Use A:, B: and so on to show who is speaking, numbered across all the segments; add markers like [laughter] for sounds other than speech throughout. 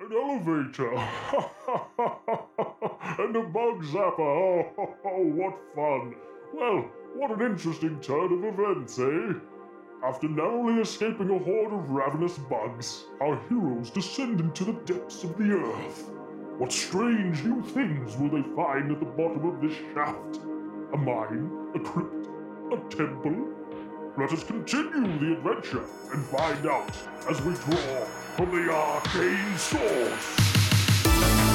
A: an elevator, [laughs] and a bug zapper. Oh, ho, ho, what fun! Well, what an interesting turn of events, eh? After narrowly escaping a horde of ravenous bugs, our heroes descend into the depths of the earth. What strange new things will they find at the bottom of this shaft? A mine, a crypt, a temple? Let us continue the adventure and find out as we draw from the arcane source.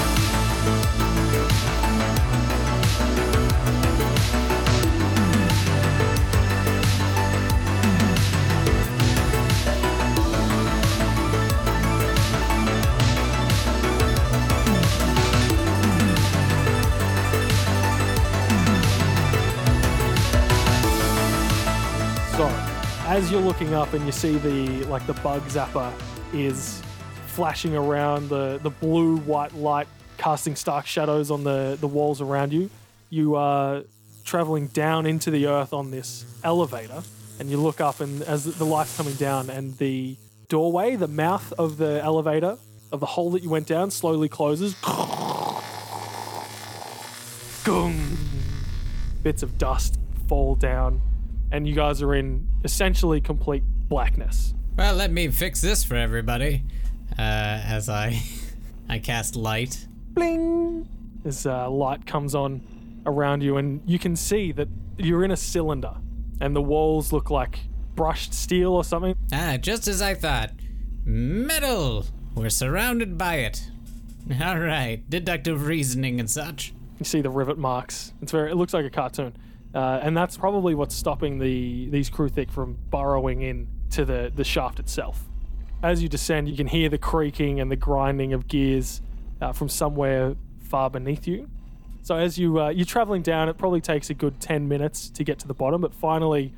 B: So, as you're looking up and you see the like the bug zapper is flashing around the the blue white light casting stark shadows on the the walls around you. You are traveling down into the earth on this elevator and you look up and as the light's coming down and the doorway, the mouth of the elevator of the hole that you went down slowly closes. Gung bits of dust fall down, and you guys are in essentially complete blackness.
C: Well, let me fix this for everybody. Uh, as I, [laughs] I cast light.
B: Bling! As uh, light comes on around you, and you can see that you're in a cylinder, and the walls look like brushed steel or something.
C: Ah, just as I thought. Metal. We're surrounded by it. All right, deductive reasoning and such.
B: You see the rivet marks. It's very. It looks like a cartoon, uh, and that's probably what's stopping the these Kruthic from burrowing in to the the shaft itself. As you descend, you can hear the creaking and the grinding of gears uh, from somewhere far beneath you. So as you uh, you're traveling down, it probably takes a good ten minutes to get to the bottom, but finally,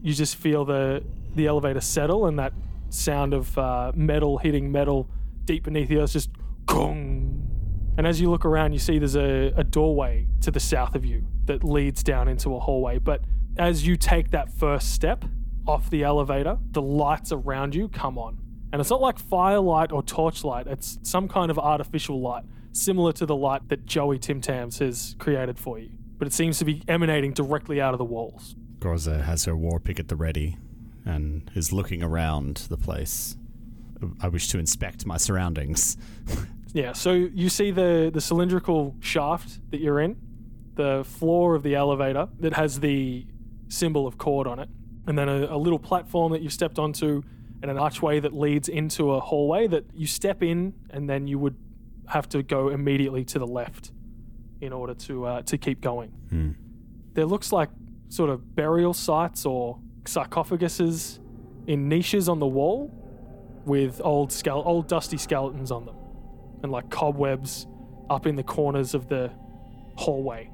B: you just feel the the elevator settle and that sound of uh, metal hitting metal deep beneath the earth just gong. And as you look around, you see there's a, a doorway to the south of you that leads down into a hallway. But as you take that first step off the elevator, the lights around you come on. And it's not like firelight or torchlight, it's some kind of artificial light, similar to the light that Joey Tim Tams has created for you. But it seems to be emanating directly out of the walls.
D: Groza has her war pick at the ready and is looking around the place. I wish to inspect my surroundings.
B: Yeah, so you see the, the cylindrical shaft that you're in, the floor of the elevator that has the symbol of cord on it, and then a, a little platform that you've stepped onto, and an archway that leads into a hallway that you step in, and then you would have to go immediately to the left in order to uh, to keep going. There looks like sort of burial sites or sarcophaguses in niches on the wall with old skele- old dusty skeletons on them and like cobwebs up in the corners of the hallway.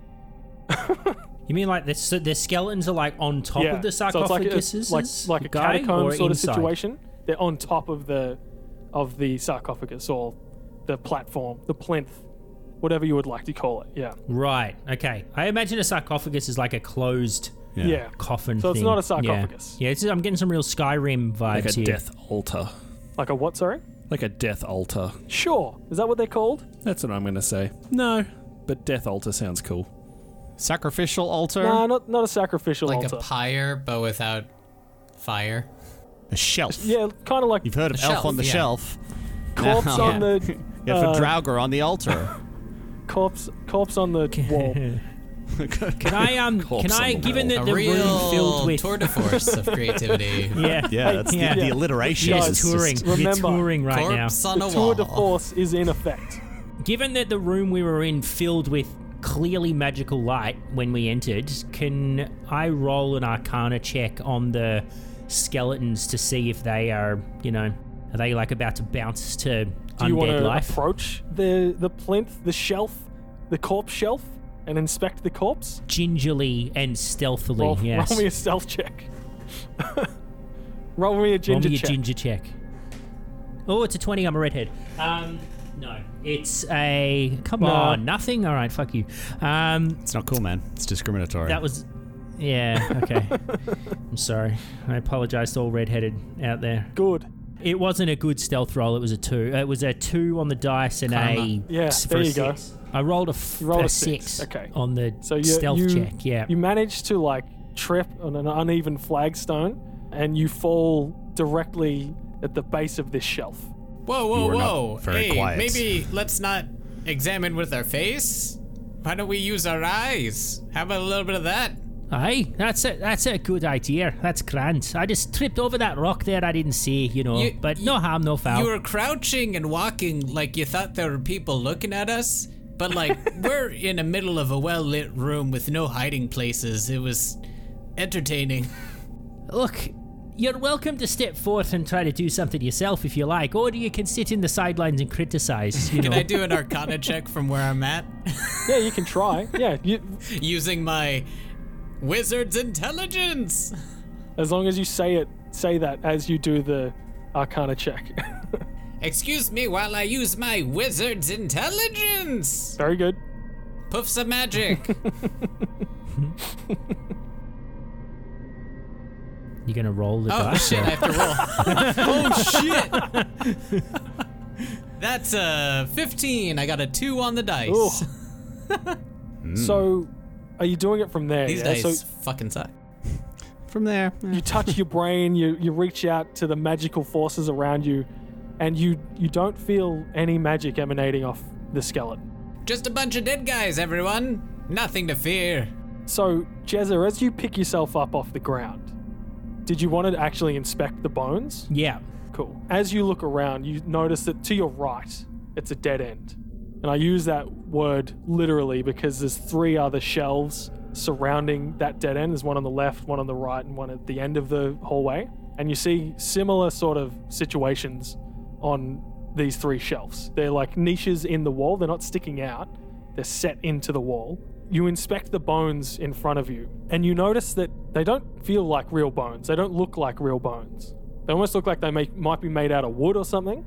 E: You mean like the, so the skeletons are like on top of the
B: so it's like a-
E: sarcophagus?
B: like, like a
E: guy,
B: catacomb
E: or
B: sort
E: inside?
B: of situation. They're on top of the of the sarcophagus or the platform, the plinth, whatever you would like to call it. Yeah,
E: Right. Okay. I imagine a sarcophagus is like a closed
B: yeah.
E: coffin.
B: So it's
E: thing.
B: not a
E: Yeah.
B: sarcophagus.
E: Yeah. it's, I'm getting some real Skyrim vibes
F: Like a
E: here.
F: death altar.
B: Like a what? Sorry.
F: Like a death altar.
B: Sure. Is that what they're called?
F: That's what I'm going to say. No, but death altar sounds cool.
D: Sacrificial altar?
B: No, Uh, not not a sacrificial
C: Like
B: altar.
C: a pyre, but without fire.
D: A shelf.
B: yeah, kind of like
D: You've heard of
C: A
D: Elf
C: shelf,
D: on the
C: yeah.
D: Shelf.
B: corpse
D: No.
B: on
E: [laughs]
B: the
D: You have
B: Uh,
D: a Draugr on the altar.
B: [laughs] corpse corpse on the
E: [laughs]
B: wall.
E: Can I um? can
F: [laughs] Corpse on
E: I,
F: the
E: given
C: a
E: that the room
C: real
E: filled with
C: tour de
E: [laughs]
C: force of creativity.
F: [laughs]
E: yeah,
D: yeah, that's
E: yeah.
D: The, the alliteration.
B: Yeah,
E: You're
D: is
E: touring.
D: just-
E: You're
B: Remember,
E: touring right
C: Corpse on a
B: the tour de
C: wall.
B: force is in effect.
E: now. Given that the room we were in filled with clearly magical light when we entered, can I roll an Arcana check on the skeletons to see if they are, you know, are they like about to bounce to
B: Do you want
E: undead
B: to
E: life?
B: approach the the plinth, the shelf, the corpse shelf, and inspect the corpse?
E: Gingerly and stealthily.
B: Roll,
E: yes.
B: roll me a stealth check. [laughs] roll me a
E: Roll
B: ginger
E: me a
B: check.
E: ginger check. Oh, it's a 20. I'm a redhead. Um, no. It's a. Come
B: No.
E: on. Nothing? All right, fuck you. Um,
D: It's not cool, man. It's discriminatory.
E: that was.
B: [laughs]
E: Yeah, okay. I'm sorry. I apologize to all redheaded out there.
B: Good.
E: It wasn't a good stealth roll. It was a two. It was a two on the dice and
C: Karma.
E: a
B: Yeah,
E: s-
B: there
E: for a
B: you go.
E: six. I rolled a, f-
B: You rolled a
E: six.
B: six, okay.
E: on the
B: So you,
E: stealth
B: you,
E: check. Yeah,
B: You manage to like trip on an uneven flagstone, and you fall directly at the base of this shelf.
C: Whoa, whoa,
D: were not
C: whoa.
D: very
C: hey,
D: quiet.
C: maybe let's not examine with our face. Why don't we use our eyes? How about a little bit of that?
E: aye, that's a that's a good idea. That's grand. I just tripped over that rock there. I didn't see, you know,
C: You-
E: but
C: you-
E: no harm, no foul.
C: You were crouching and walking like you thought there were people looking at us, but
E: [laughs]
C: like we're in the middle of a well lit room with no hiding places. It was entertaining.
E: Look, you're welcome to step forth and try to do something yourself if you like, or you can sit in the sidelines and criticize. [laughs] You
C: Can
E: know,
C: I do an arcana check from where I'm at? [laughs]
B: Yeah, you can
E: [laughs]
B: try. Yeah, you,
C: Using my wizard's intelligence.
B: as long as you say it, say that as you do the Arcana check. [laughs]
C: Excuse me while I use my wizard's intelligence.
B: Very good.
C: Puffs of
E: [laughs]
C: magic.
E: you're gonna roll the
C: Oh
E: dice.
C: shit, I have to roll. oh
E: [laughs]
C: shit. That's a 15. I got a 2 on the dice.
B: Ooh. So, are you doing it from there?
C: These
B: yeah?
C: dice
B: So
C: fucking suck.
D: From there, eh.
B: you touch your brain, you, you reach out to the magical forces around you, and you you don't feel any magic emanating off the skeleton.
C: Just a bunch of dead guys, everyone. Nothing to fear.
B: So, Jezza, as you pick yourself up off the ground, did you want to actually inspect the bones?
E: Yeah.
B: Cool. As you look around, you notice that to your right, it's a dead end. And I use that word literally because there's three other shelves surrounding that dead end. There's one on the left, one on the right, and one at the end of the hallway. And you see similar sort of situations on these three shelves. They're like niches in the wall, they're not sticking out, they're set into the wall. You inspect the bones in front of you, and you notice that they don't feel like real bones. They don't look like real bones. They almost look like they may, might be made out of wood or something.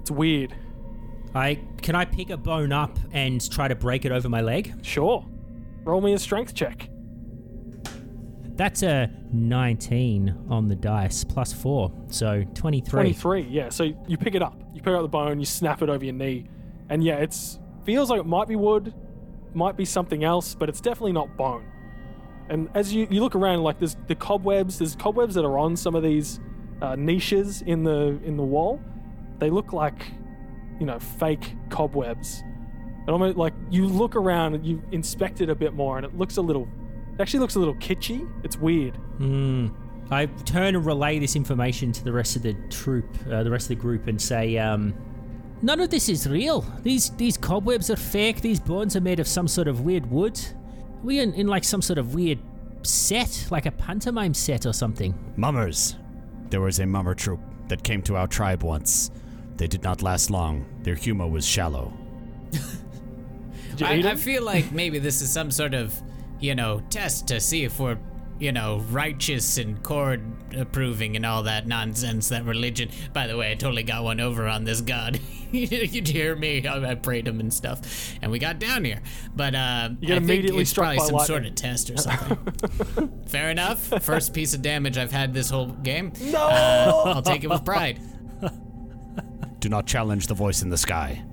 B: It's weird.
E: I can I pick a bone up and try to break it over my leg?
B: Sure. Roll me a strength check.
E: That's a 19 on the dice plus 4, so 23.
B: 23, yeah. So you pick it up. You pick up the bone, you snap it over your knee. And yeah, it's feels like it might be wood, might be something else, but it's definitely not bone. And as you, you look around, like there's the cobwebs, there's cobwebs that are on some of these uh, niches in the in the wall. They look like, you know, fake cobwebs. And almost like you look around and you inspect it a bit more, and it looks a little, it actually looks a little kitschy. It's weird.
E: Hmm. I turn and relay this information to the rest of the troop, uh, the rest of the group, and say, um, "None of this is real. These these cobwebs are fake. These bones are made of some sort of weird wood. We in, in like some sort of weird set, like a pantomime set or something.
D: Mummers. There was a mummer troop that came to our tribe once. They did not last long. Their humor was shallow.
B: Did you
C: I,
B: eat it?
C: I feel like maybe this is some sort of, you know, test to see if we're, you know, righteous and chord approving and all that nonsense, that religion. By the way, I totally got one over on this god. [laughs] You'd hear me. I, I prayed him and stuff. And we got down here. But, uh,
B: You get
C: I think
B: immediately
C: it's
B: struck
C: probably
B: by
C: some sort
B: lightning.
C: of
B: [laughs]
C: test or something. Fair enough. First piece of damage I've had this whole game. No! I'll take it with pride.
D: Do not challenge the voice in the sky.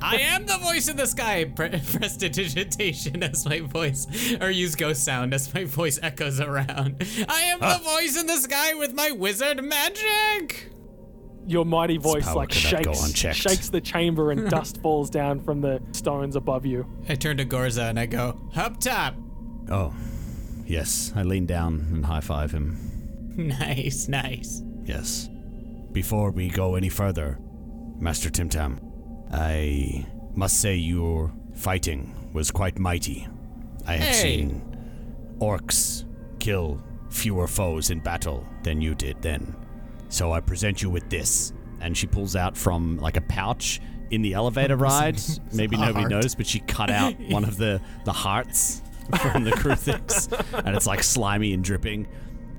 C: I am the voice in the sky. Pre- [laughs] prestidigitation as my voice, or use ghost sound as my voice echoes around. I am the voice in the sky with my wizard magic.
B: your mighty voice
D: power
B: like
D: cannot go
B: shakes
D: unchecked.
B: shakes the chamber
D: [laughs]
B: and dust falls down from the stones above you.
C: I turn to Gorza and I go, up top. [laughs]
D: Oh, yes. I lean down and high five him.
C: Nice, nice.
D: Yes. Before we go any further, Master Tim Tam, I must say your fighting was quite mighty. I have
C: Hey.
D: seen orcs kill fewer foes in battle than you did then. So I present you with this. And she pulls out from like a pouch in the [laughs] elevator ride. Maybe
C: a
D: nobody
C: heart.
D: noticed, but she cut [laughs] out one of the, the hearts from the Kruthix. and it's like slimy and dripping.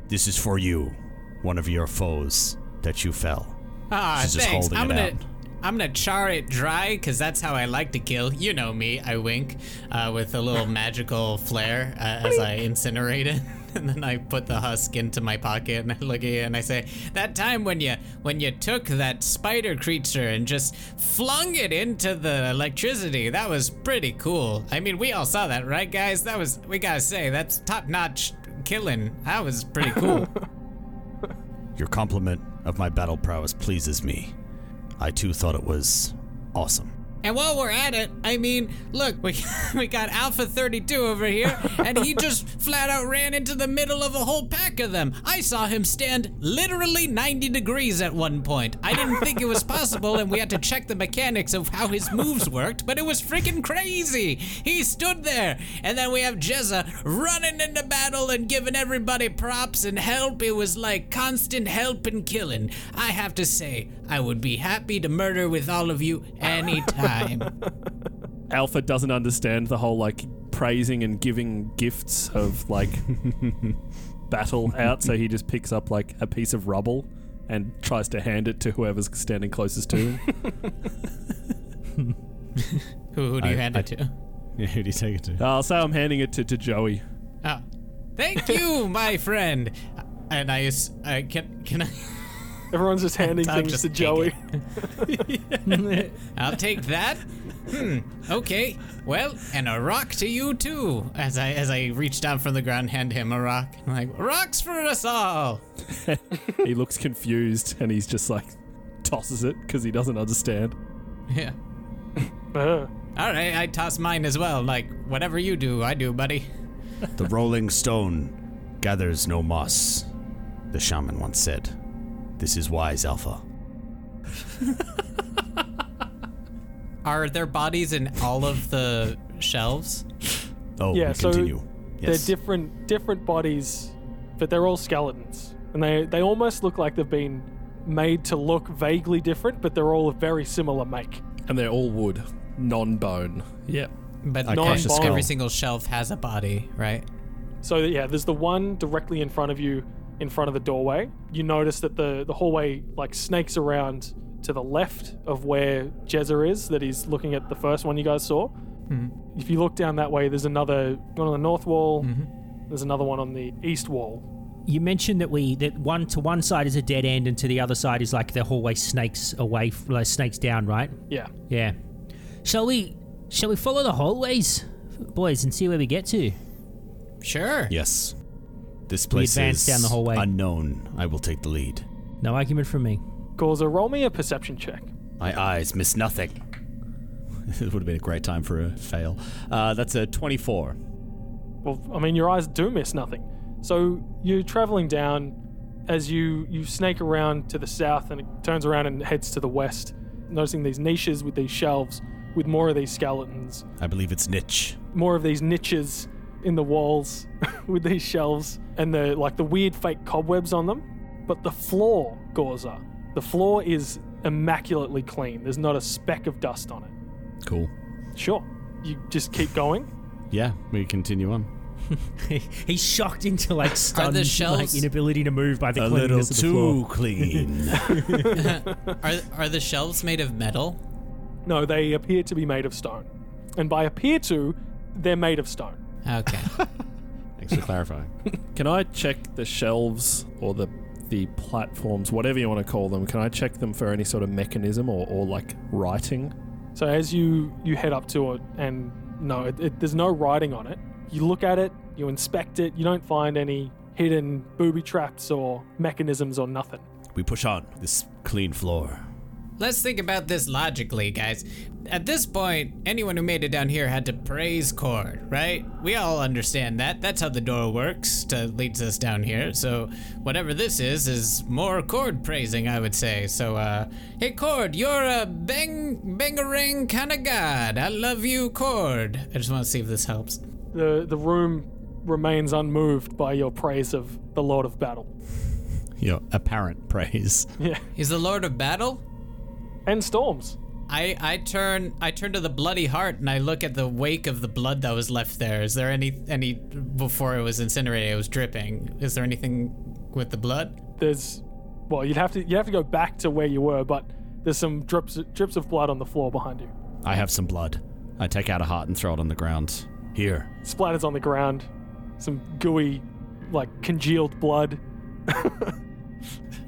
D: This is for you, one of your foes that you fell.
C: Ah,
D: She's just
C: thanks.
D: holding
C: I'm
D: it
C: gonna,
D: out.
C: I'm gonna char it dry, cause that's how I like to kill. You
D: [laughs]
C: know me. I wink, uh, with a little magical flair uh, as I incinerate it. [laughs] And then I put the husk into my pocket and I look at you and I say, "That time when you when you took that spider creature and just flung it into the electricity, that was pretty cool. I mean, we all saw that, right, guys? That was we gotta say that's top notch killing. That was pretty
D: [laughs]
C: cool.
D: Your compliment of my battle prowess pleases me. I too thought it was awesome.
C: And while we're at it, I mean, look, we [laughs] we got Alpha 32 over here, and he just flat out ran into the middle of a whole pack of them. I saw him stand literally 90 degrees at one point. I didn't think it was possible, and we had to check the mechanics of how his moves worked, but it was freaking crazy. He stood there, and then we have Jezza running into battle and giving everybody props and help. It was like constant help and killing. I have to say, I would be happy to murder with all of you anytime.
F: Alpha doesn't understand the whole like praising and giving gifts of like battle out, so he just picks up like a piece of rubble and tries to hand it to whoever's standing closest to him.
C: who, who do you hand it to?
D: Yeah, who do you take it to?
F: I'll say Uh, I'm handing it to, to Joey.
C: Oh, thank you, my friend. And I, s- I can, can I?
B: Everyone's just handing
C: Time
B: things
C: just
B: to
C: take
B: Joey.
C: [laughs] I'll take that. Hmm. Okay. Well, and a rock to you too. As I as I reach down from the ground, hand him a rock. I'm like rocks for us all. [laughs]
F: he looks confused and he's just like tosses it because he doesn't understand.
C: Yeah.
B: Uh,
C: All right. I toss mine as well. Like whatever you do, I do, buddy.
D: The rolling stone gathers no moss, the shaman once said. This is wise, Alpha.
C: Are there bodies in all of the shelves?
D: Oh,
B: Yeah,
D: we
B: so
D: continue. Yes.
B: They're different different bodies, but they're all skeletons, and they they almost look like they've been made to look vaguely different, but they're all of very similar make.
F: And they're all wood, non bone. Yep.
C: But
D: I
C: not
D: catch a
C: every
D: skull.
C: single shelf has a body, right?
B: So yeah, there's the one directly in front of you, in front of the doorway. You notice that the the hallway like snakes around to the left of where Jezza is, that he's looking at the first one you guys saw. If you look down that way, there's another one on the north wall. There's another one on the east wall.
E: You mentioned that we that one to one side is a dead end and to the other side is like the hallway snakes away, f- like snakes down, right?
B: Yeah.
E: Yeah. Shall we? Shall we follow the hallways, boys, and see where we get to?
C: Sure.
D: Yes. This place
E: advance
D: is
E: down the hallway.
D: unknown. I will take the lead.
E: No argument from me. [laughs]
B: Gorza, roll me a perception check.
D: My eyes miss nothing. [laughs] it would have been a great time for a fail. Uh, that's a 24.
B: Well, I mean, your eyes do miss nothing. So you're traveling down as you you snake around to the south, and it turns around and heads to the west, noticing these niches with these shelves with more of these skeletons,
D: I believe it's niche.
B: more of these niches in the walls [laughs] with these shelves and the like the weird fake cobwebs on them. But the floor, Gorza, the floor is immaculately clean. There's not a speck of dust on it.
D: Cool.
B: Sure, you just keep going.
D: Yeah, we continue on.
E: He's shocked
D: [laughs]
E: into like stunned, like
C: shells-
E: inability to move by the
D: A
E: cleanliness
D: little
E: of the
D: [laughs] too
E: floor.
D: clean.
C: Are are the shelves made of metal?
B: No, they appear to be made of stone. And by appear to, they're made of stone.
C: Okay.
D: [laughs] Thanks for clarifying.
F: Can I check the shelves or the the platforms, whatever you want to call them? Can I check them for any sort of mechanism or, or like writing?
B: So as you you head up to it, and no, it, it, there's no writing on it. You look at it, you inspect it, you don't find any hidden booby traps or mechanisms or nothing.
D: [laughs] We push on. This clean floor.
C: Let's think about this logically, guys. At this point, anyone who made it down here had to praise Cord, right? We all understand that. That's how the door works to leads us down here. So whatever this is is more Cord praising, I would say. So uh hey Cord, you're a bang bangarang kinda god. I love you, Cord. I just wanna see if this helps.
B: The the room remains unmoved by your praise of the Lord of Battle.
D: Your apparent praise.
B: Yeah,
C: He's the Lord of Battle?
B: and storms.
C: I, I turn I turn to the bloody heart and I look at the wake of the blood that was left there. Is there any any before it was incinerated? It was dripping. Is there anything with the blood?
B: There's well, you'd have to you have to go back to where you were, but there's some drips drips of blood on the floor behind you.
D: I have some blood. I take out a heart and throw it on the ground. Here.
B: splatters on the ground. Some gooey like congealed blood.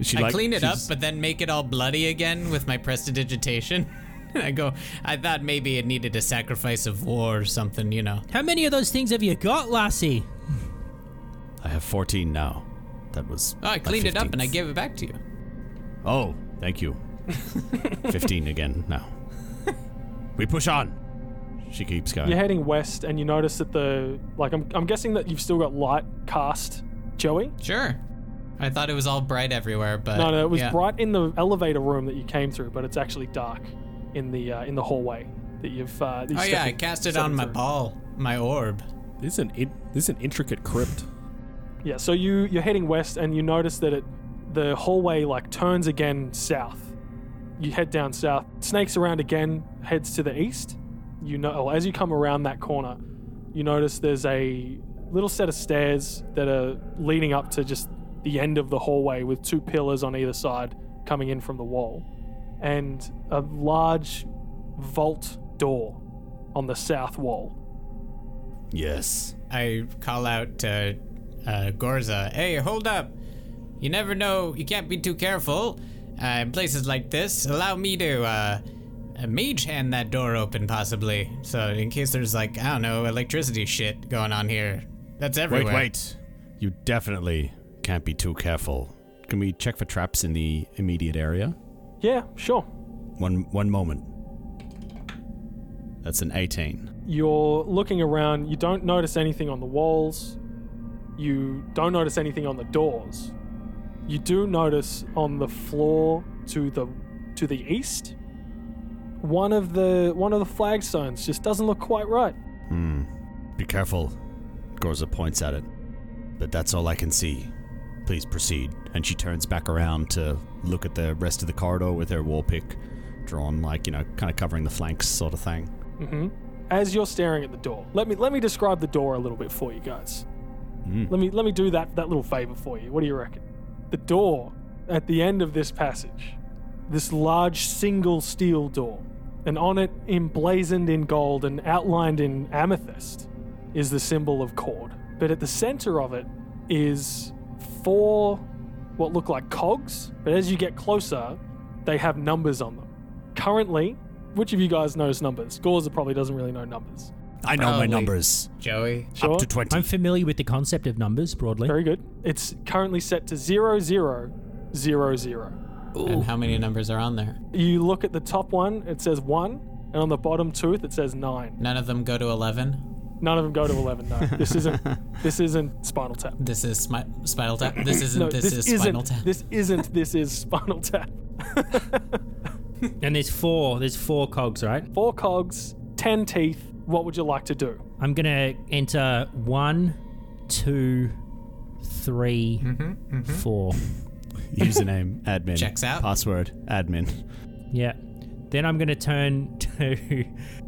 D: She
C: I
D: like-
C: clean it
D: she's-
C: up, but then make it all bloody again with my prestidigitation. [laughs] I go, I thought maybe it needed a sacrifice of war or something, you know.
E: How many of those things have you got, Lassie?
D: I have 14 now. That was.
C: Oh, I
D: my
C: cleaned it up and I
D: 15th.
C: gave it back to you.
D: Oh, thank you. 15 again now. We push on. She keeps going.
B: You're heading west, and you notice that the like I'm I'm guessing that you've still got light cast, Joey.
C: Sure. I thought it was all bright everywhere, but
B: No, no, it was
C: Uh, yeah.
B: bright in the elevator room that you came through, but it's actually dark in the uh, in the hallway that you've. Uh, that you
C: Oh yeah, I cast it on my
B: ball.
C: ball, my orb.
F: This is an in- this is an intricate crypt. [laughs]
B: Yeah, so you you're heading west, and you notice that it the hallway like turns again south. You head down south, snakes around again, heads to the east. You know, well, as you come around that corner, you notice there's a little set of stairs that are leading up to just the end of the hallway with two pillars on either side coming in from the wall, and a large vault door on the south wall.
D: Yes.
C: I call out to uh, Gorza, hey, hold up. You never know, you can't be too careful. Uh, in places like this, allow me to uh, uh, mage hand that door open, possibly. So, in case there's like, I don't know, electricity shit going on here. That's
D: Wait,
C: everywhere.
D: wait. You definitely can't be too careful. Can we check for traps in the immediate area?
B: Yeah, sure.
D: One one moment. That's an 18.
B: You're looking around, you don't notice anything on the walls, you don't notice anything on the doors. You do notice on the floor to the to the east one of the one of the flagstones just doesn't look quite right.
D: Be careful. Gorza points at it. But that's all I can see. Please proceed. And she turns back around to look at the rest of the corridor with her war pick drawn like, you know, kind of covering the flanks sort of thing.
B: Mm-hmm. As you're staring at the door, let me let me describe the door a little bit for you guys.
D: Mm.
B: Let me let me do that that little favor for you. What do you reckon? The door at the end of this passage, this large single steel door, and on it, emblazoned in gold and outlined in amethyst, is the symbol of Cord. But at the center of it is four what look like cogs, but as you get closer, they have numbers on them. Currently, which of you guys knows numbers? Gorza probably doesn't really know numbers.
D: I know my
C: Probably.
D: numbers.
C: Joey.
B: Sure.
D: Up to 20.
E: I'm familiar with the concept of numbers broadly.
B: Very good. It's currently set to zero zero zero zero.
C: And how many numbers are on there?
B: You look at the top one, it says one, and on the bottom tooth it says nine.
C: None of them go to 11.
B: None of them go to eleven. No, this isn't. This isn't Spinal Tap.
C: This is smi- Spinal Tap. This isn't,
B: No,
C: this, is
B: isn't.
C: Spinal Tap.
B: This isn't. This is Spinal Tap.
E: And there's four. There's four cogs, right?
B: Four cogs, ten teeth. What would you like to do?
E: I'm gonna enter one, two, three,
D: Mm-hmm,
E: four.
D: Username [laughs] admin.
C: Checks out.
D: Password admin.
E: Yeah. Then I'm gonna turn [laughs] to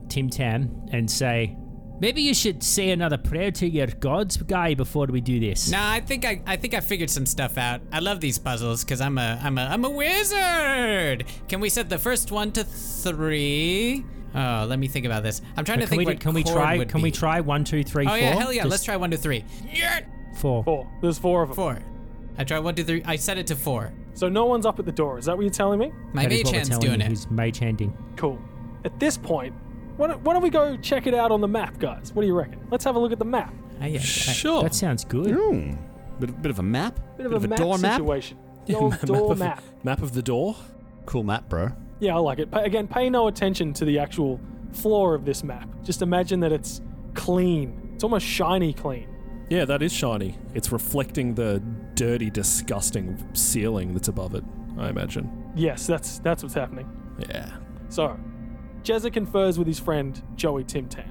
E: Tim Tam and say, maybe you should say another prayer to your gods guy before we do this.
C: Nah, I think I, I think I figured some stuff out. I love these puzzles because I'm a I'm a I'm a wizard. Can we set the first one to three? Oh, let me think about this. I'm trying to
E: Can
C: think.
E: we,
C: what
E: can we
C: chord
E: try?
C: would
E: Can we
C: be.
E: try one, two, three,
C: Oh
E: four?
C: yeah, hell yeah!
E: Just
C: Let's try one, two, three. Yeah,
E: four.
B: Four. There's four of them.
C: four. I tried one, two, three. I set it to four.
B: So no one's up at the door. Is that what you're telling me?
C: My
E: That is
C: mage
E: what we're
C: hand's
E: telling
C: doing
E: you,
C: it.
E: He's mage handing.
B: Cool. At this point, why don't, why don't we go check it out on the map, guys? What do you reckon? Let's have a look at the map.
C: Aye, aye, aye.
F: Sure.
E: That sounds good.
D: Hmm. Bit, bit of a map.
B: Bit of a, map
D: door map.
B: situation. Little door
F: of,
B: map.
F: map of the door.
D: Cool map, bro.
B: Yeah, I like it. Pa again, pay no attention to the actual floor of this map. Just imagine that it's clean. It's almost shiny clean.
F: Yeah, that is shiny. It's reflecting the dirty, disgusting ceiling that's above it. I imagine.
B: Yes, that's that's what's happening.
F: Yeah.
B: So, Jezza confers with his friend Joey Timtan.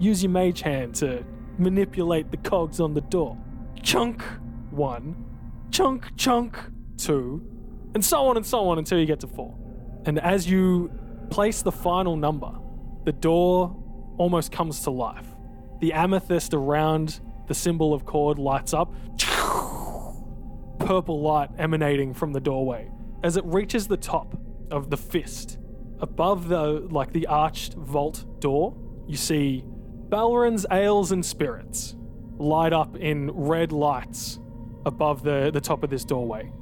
B: Use your mage hand to manipulate the cogs on the door. Chunk one, chunk chunk two, and so on and so on until you get to four. And as you place the final number, the door almost comes to life. The amethyst around the symbol of cord lights up purple light emanating from the doorway as it reaches the top of the fist above the like the arched vault door you see balrin's ales and spirits light up in red lights above the, the top of this doorway.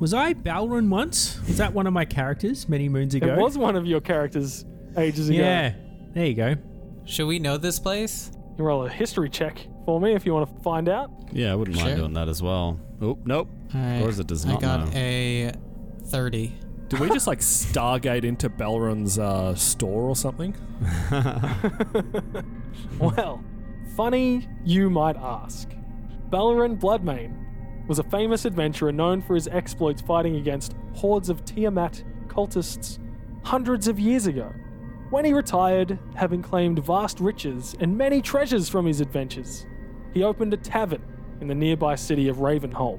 E: Was I Balron once? Was that one of my characters many moons ago?
B: It was one of your characters ages ago.
E: Yeah. There you go.
C: Should we know this place?
B: You roll a history check for me if you want to find out.
D: Yeah, I wouldn't mind
C: Sure.
D: doing that as well. Oh, nope.
C: I,
D: Or is it does
C: I
D: not
C: got
D: know.
C: a 30.
F: Do we just like [laughs] Stargate into Belron's uh, store or something?
B: [laughs] Well, funny you might ask. Balrin Bloodmane was a famous adventurer known for his exploits fighting against hordes of Tiamat cultists hundreds of years ago. When he retired, having claimed vast riches and many treasures from his adventures, he opened a tavern in the nearby city of Ravenholm,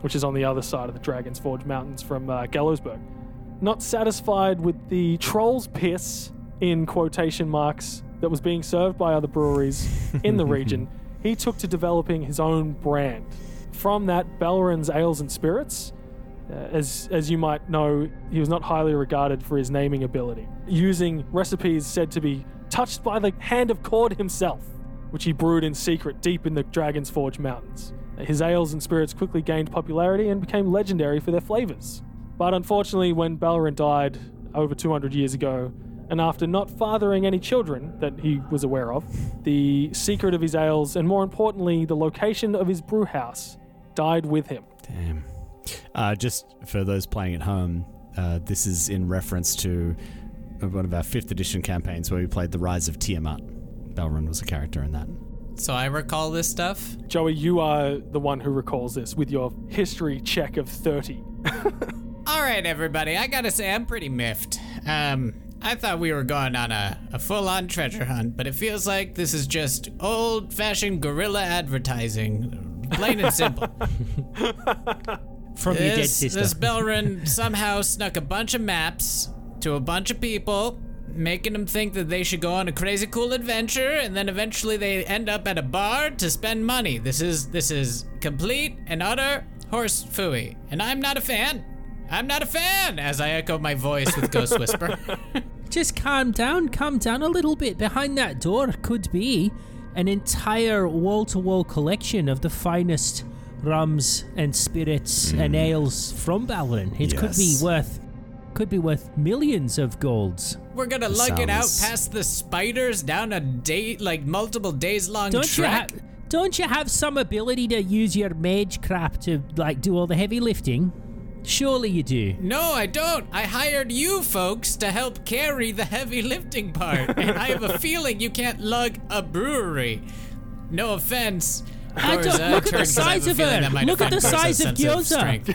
B: which is on the other side of the Dragon's Forge Mountains from uh, Gallowsburg. Not satisfied with the troll's piss, in quotation marks, that was being served by other breweries in the region, he took to developing his own brand. From that, Belrin's Ales and Spirits, uh, as, as you might know, he was not highly regarded for his naming ability, using recipes said to be touched by the hand of Cord himself, which he brewed in secret deep in the Dragon's Forge Mountains. His ales and spirits quickly gained popularity and became legendary for their flavors. But unfortunately, when Balrin died over 200 years ago, and after not fathering any children that he was aware of, the secret of his ales, and more importantly, the location of his brew house, died with him.
D: Damn. Uh, just for those playing at home, uh, this is in reference to one of our fifth edition campaigns where we played the Rise of Tiamat. Belrun was a character in that. [laughs]
C: So I recall this stuff.
B: Joey, you are the one who recalls this with your history check of 30.
C: All right, everybody. I gotta say, I'm pretty miffed. Um, I thought we were going on a, a full on treasure hunt, but it feels like this is just old fashioned guerrilla advertising. Plain and simple.
E: From your dead
C: this,
E: sister.
C: this Belrin somehow snuck a bunch of maps to a bunch of people, making them think that they should go on a crazy cool adventure, and then eventually they end up at a bar to spend money. This is this is complete and utter horse phooey, and I'm not a fan. I'm not a fan, as I echo my voice
E: [laughs]
C: with Ghost Whisper.
E: Just calm down, calm down a little bit. Behind that door could be an entire wall to wall collection of the finest rums and spirits and ales from Balin. It could be
D: Yes.
E: worth could be worth millions of golds.
C: We're gonna lug it out
D: Sounds-
C: past the spiders down a day, like multiple days long
E: Don't you
C: trek.
E: have don't you have some ability to use your mage crap to like do all the heavy lifting? Surely you do.
C: No, I don't. I hired you folks to help carry the heavy lifting part, and I have
E: [laughs]
C: a feeling you can't lug a brewery. No offense.
E: I
C: Gorza,
E: don't, look at the
C: turns, 'cause I have
E: size
C: a
E: of
C: feeling
E: her.
C: that might
E: Look at the
C: affect Gorza's
E: size of
C: sense of
E: Gyoza.
C: strength.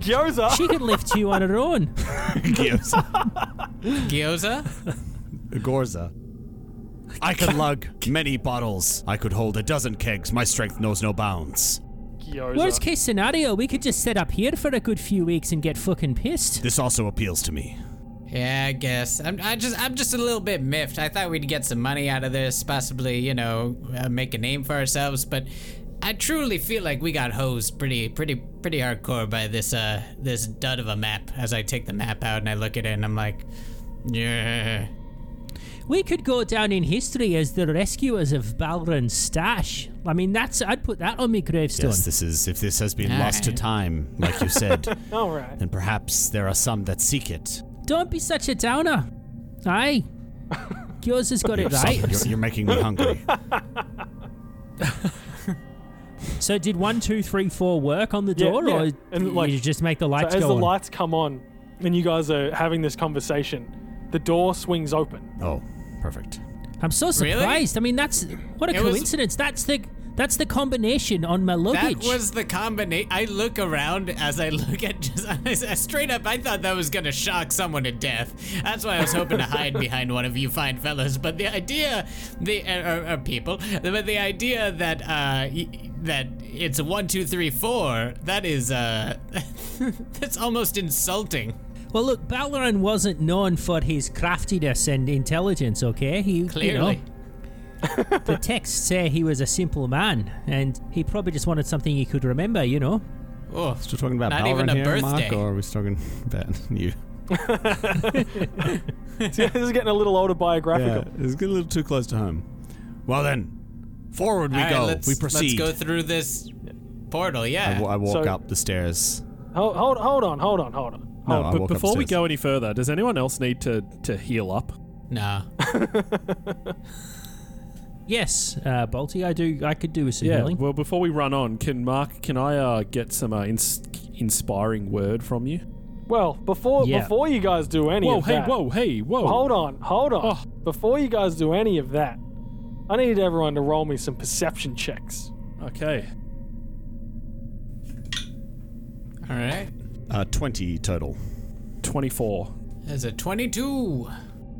B: Gyoza!
E: She could lift you on her own.
C: Gyoza?
D: Gorza.
C: [laughs]
D: I can lug many bottles. I could hold a dozen kegs. My strength knows no bounds.
B: Gyoza.
E: Worst case scenario, we could just sit up here for a good few weeks and get fucking pissed.
D: This also appeals to me.
C: Yeah, I guess. I'm, I just, I'm just a little bit miffed. I thought we'd get some money out of this, possibly, you know, uh, make a name for ourselves, but I truly feel like we got hosed pretty, pretty, pretty hardcore by this, uh, this dud of a map. As I take the map out and I look at it, and I'm like, yeah.
E: We could go down in history as the rescuers of Balron Stash. I mean, that's I'd put that on my gravestone.
D: Yes, this is. If this has been
C: All
D: lost to
C: right.
D: time, like
C: [laughs]
D: you said,
B: Alright.
D: then perhaps there are some that seek it.
E: Don't be such a downer. Aye.
B: [laughs]
E: Yours has got it right.
D: Some- you're, you're making me hungry.
C: [laughs]
E: So did one, two, three, four work on the
B: Yeah,
E: door,
B: yeah.
E: or
B: And, like,
E: you just make the lights
B: so as
E: go
B: the
E: on?
B: lights come on and you guys are having this conversation, the door swings open. [laughs]
D: Oh, perfect.
E: I'm so
C: Really?
E: surprised. I mean, that's what a
C: It was-
E: coincidence. That's the that's the combination on my
C: That
E: luggage.
C: was the combination. I look around as I look at just [laughs] I- straight up. I thought that was gonna shock someone to death. That's why I was hoping to hide behind one of you fine fellows. But the idea, the uh, uh, uh, people, but the idea that uh y- that it's one, two, three, four. That is uh, [laughs] that's almost insulting.
E: Well, look, Balron wasn't known for his craftiness and intelligence. Okay, he
C: Clearly.
E: You know, [laughs] the texts say he was a simple man, and he probably just wanted something he could remember. You know,
C: Oh,
D: Still talking about
C: Not even
D: Valorant
C: a
D: here, Mark,
C: birthday.
D: or are we still talking about [laughs] you?
B: this is getting a little older biographical.
D: it's getting a little too close to home. Well then, Forward we
C: All right,
D: go.
C: let's,
D: we proceed.
C: Let's go through this portal. Yeah.
D: I wa- I walk
B: So-
D: up the stairs.
B: Hold, hold, hold on, hold on, hold on.
D: No, I
F: oh,
D: walk
F: but before we
D: upstairs.
F: go any further, does anyone else need to to heal up?
C: nah.
E: Yes, uh, Balti, I do. I could do with some
F: Yeah.
E: healing.
F: Well, before we run on, can Mark, can I uh, get some uh, ins- inspiring word from you?
B: Well, before
E: Yeah.
B: before you guys do any
F: Whoa,
B: of
F: hey,
B: that,
F: whoa, hey, whoa.
B: hold on, hold on.
F: Oh.
B: Before you guys do any of that, I need everyone to roll me some perception checks.
F: Okay.
C: All right.
D: Uh, 20 total.
F: 24.
C: There's a 22.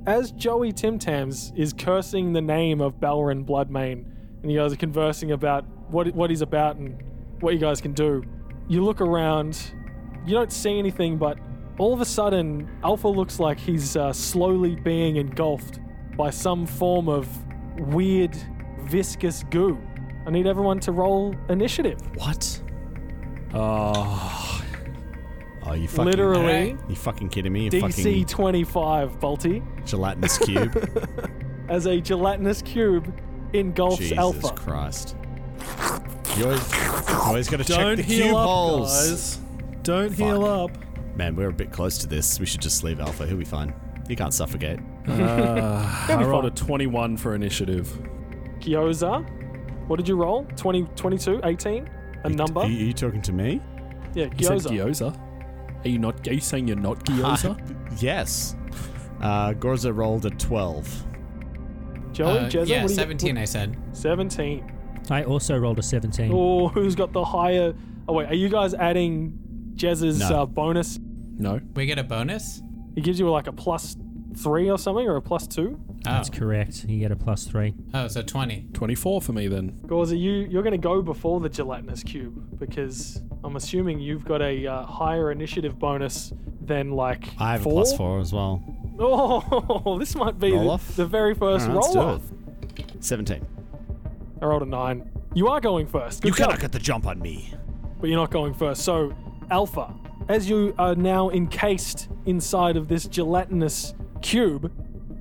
B: As Joey Tim Tams is cursing the name of Balrin Bloodmane, and you guys are conversing about what what he's about and what you guys can do, you look around. You don't see anything, but all of a sudden, Alpha looks like he's uh, slowly being engulfed by some form of weird, viscous goo. I need everyone to roll initiative.
D: What?
F: Oh,
D: Oh, you fucking.
B: Literally,
C: Alright.
D: You fucking kidding me? You
B: DC 25, Balti,
D: fucking
B: [laughs]
D: gelatinous cube.
B: as a gelatinous cube engulfs
D: Jesus
B: Alpha.
D: Christ. You always, always gotta
F: don't
D: check the
F: heal
D: cube
F: up,
D: holes.
F: guys. Don't heal up.
D: Man, we're a bit close to this. We should just leave Alpha. He'll be fine. He can't suffocate.
F: I rolled a 21 for initiative.
B: Gyoza. What did you roll? 20, 22, 18? A number?
D: Are you, are you talking to me?
B: yeah,
F: You said
B: Gyoza.
F: Gyoza. Are you not? Are you saying you're not Gyoza? [laughs]
D: Yes. Uh, Gorza rolled a 12.
B: Joey,
C: Uh,
B: Jezza,
C: yeah,
B: what do you-
C: 17, I said.
B: 17.
E: I also rolled a 17.
B: Oh, [laughs] who's got the higher. Oh, wait, are you guys adding Jezza's
D: No.
B: uh, bonus?
F: no.
C: We get a bonus?
B: It gives you like a plus three or something, or a plus two?
C: Oh,
E: That's correct. You get a plus three.
C: oh so 20.
F: 24 for me then.
B: Gorza, you, you're going to go before the gelatinous cube because I'm assuming you've got a uh, higher initiative bonus than like.
D: I have
B: four?
D: a plus four as well.
B: Oh, [laughs] this might be
D: Roll
B: the,
D: off?
B: the very first
D: Alright,
B: roll off.
D: let's do it. 17.
B: I rolled a nine. You are going first. Good
D: You
B: job.
D: cannot get the jump on me.
B: but you're not going first. So, Alpha, as you are now encased inside of this gelatinous cube,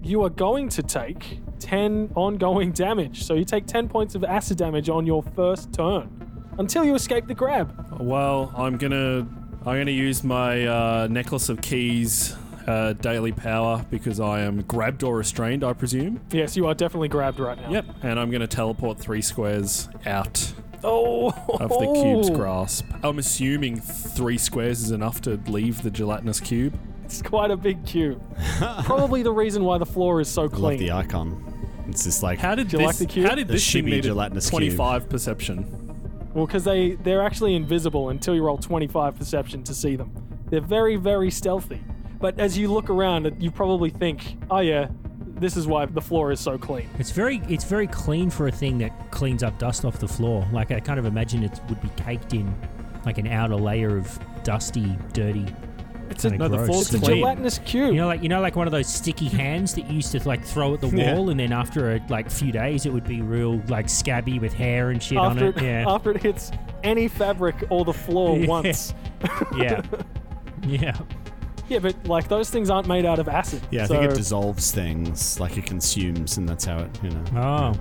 B: you are going to take 10 ongoing damage. So, you take 10 points of acid damage on your first turn until you escape the grab.
F: Well, I'm gonna I'm gonna use my uh, necklace of keys, uh, daily power because I am grabbed or restrained, I presume.
B: Yes, you are definitely grabbed right now.
F: Yep. And I'm gonna teleport three squares out
B: [laughs] Oh,
F: of
B: [laughs]
F: the cube's grasp. I'm assuming three squares is enough to leave the gelatinous cube.
B: It's quite a big
F: [laughs]
B: cube. Probably the reason why the floor is so
D: I love
B: clean.
D: the icon. It's just like.
F: How did
B: Do you
F: this?
B: like the cube?
F: How did
D: The
F: this thing
D: shibby
F: need a
D: gelatinous cube.
F: 25 perception?
B: Well, because they they're actually invisible until you roll 25 perception to see them. They're very very stealthy. But as you look around, you probably think, oh yeah, this is why the floor is so clean.
E: It's very it's very clean for a thing that cleans up dust off the floor. Like I kind of imagine it would be caked in like an outer layer of dusty, dirty.
F: It's a,
E: Kinda
F: no, the
E: gross.
F: floor's
E: It's a
F: clean.
B: Gelatinous cube.
E: You know, like you know, like one of those sticky hands that you used to like throw at the
D: Yeah.
E: wall, and then after a, like few days, it would be real like scabby with hair and shit
B: after
E: on it. Yeah,
B: [laughs] after it hits any fabric or the floor
E: Yeah.
B: once.
E: yeah, yeah.
B: Yeah, but like those things aren't made out of acid.
D: Yeah, I
B: so
D: think it dissolves things, like it consumes, and that's how it, you know.
E: Oh,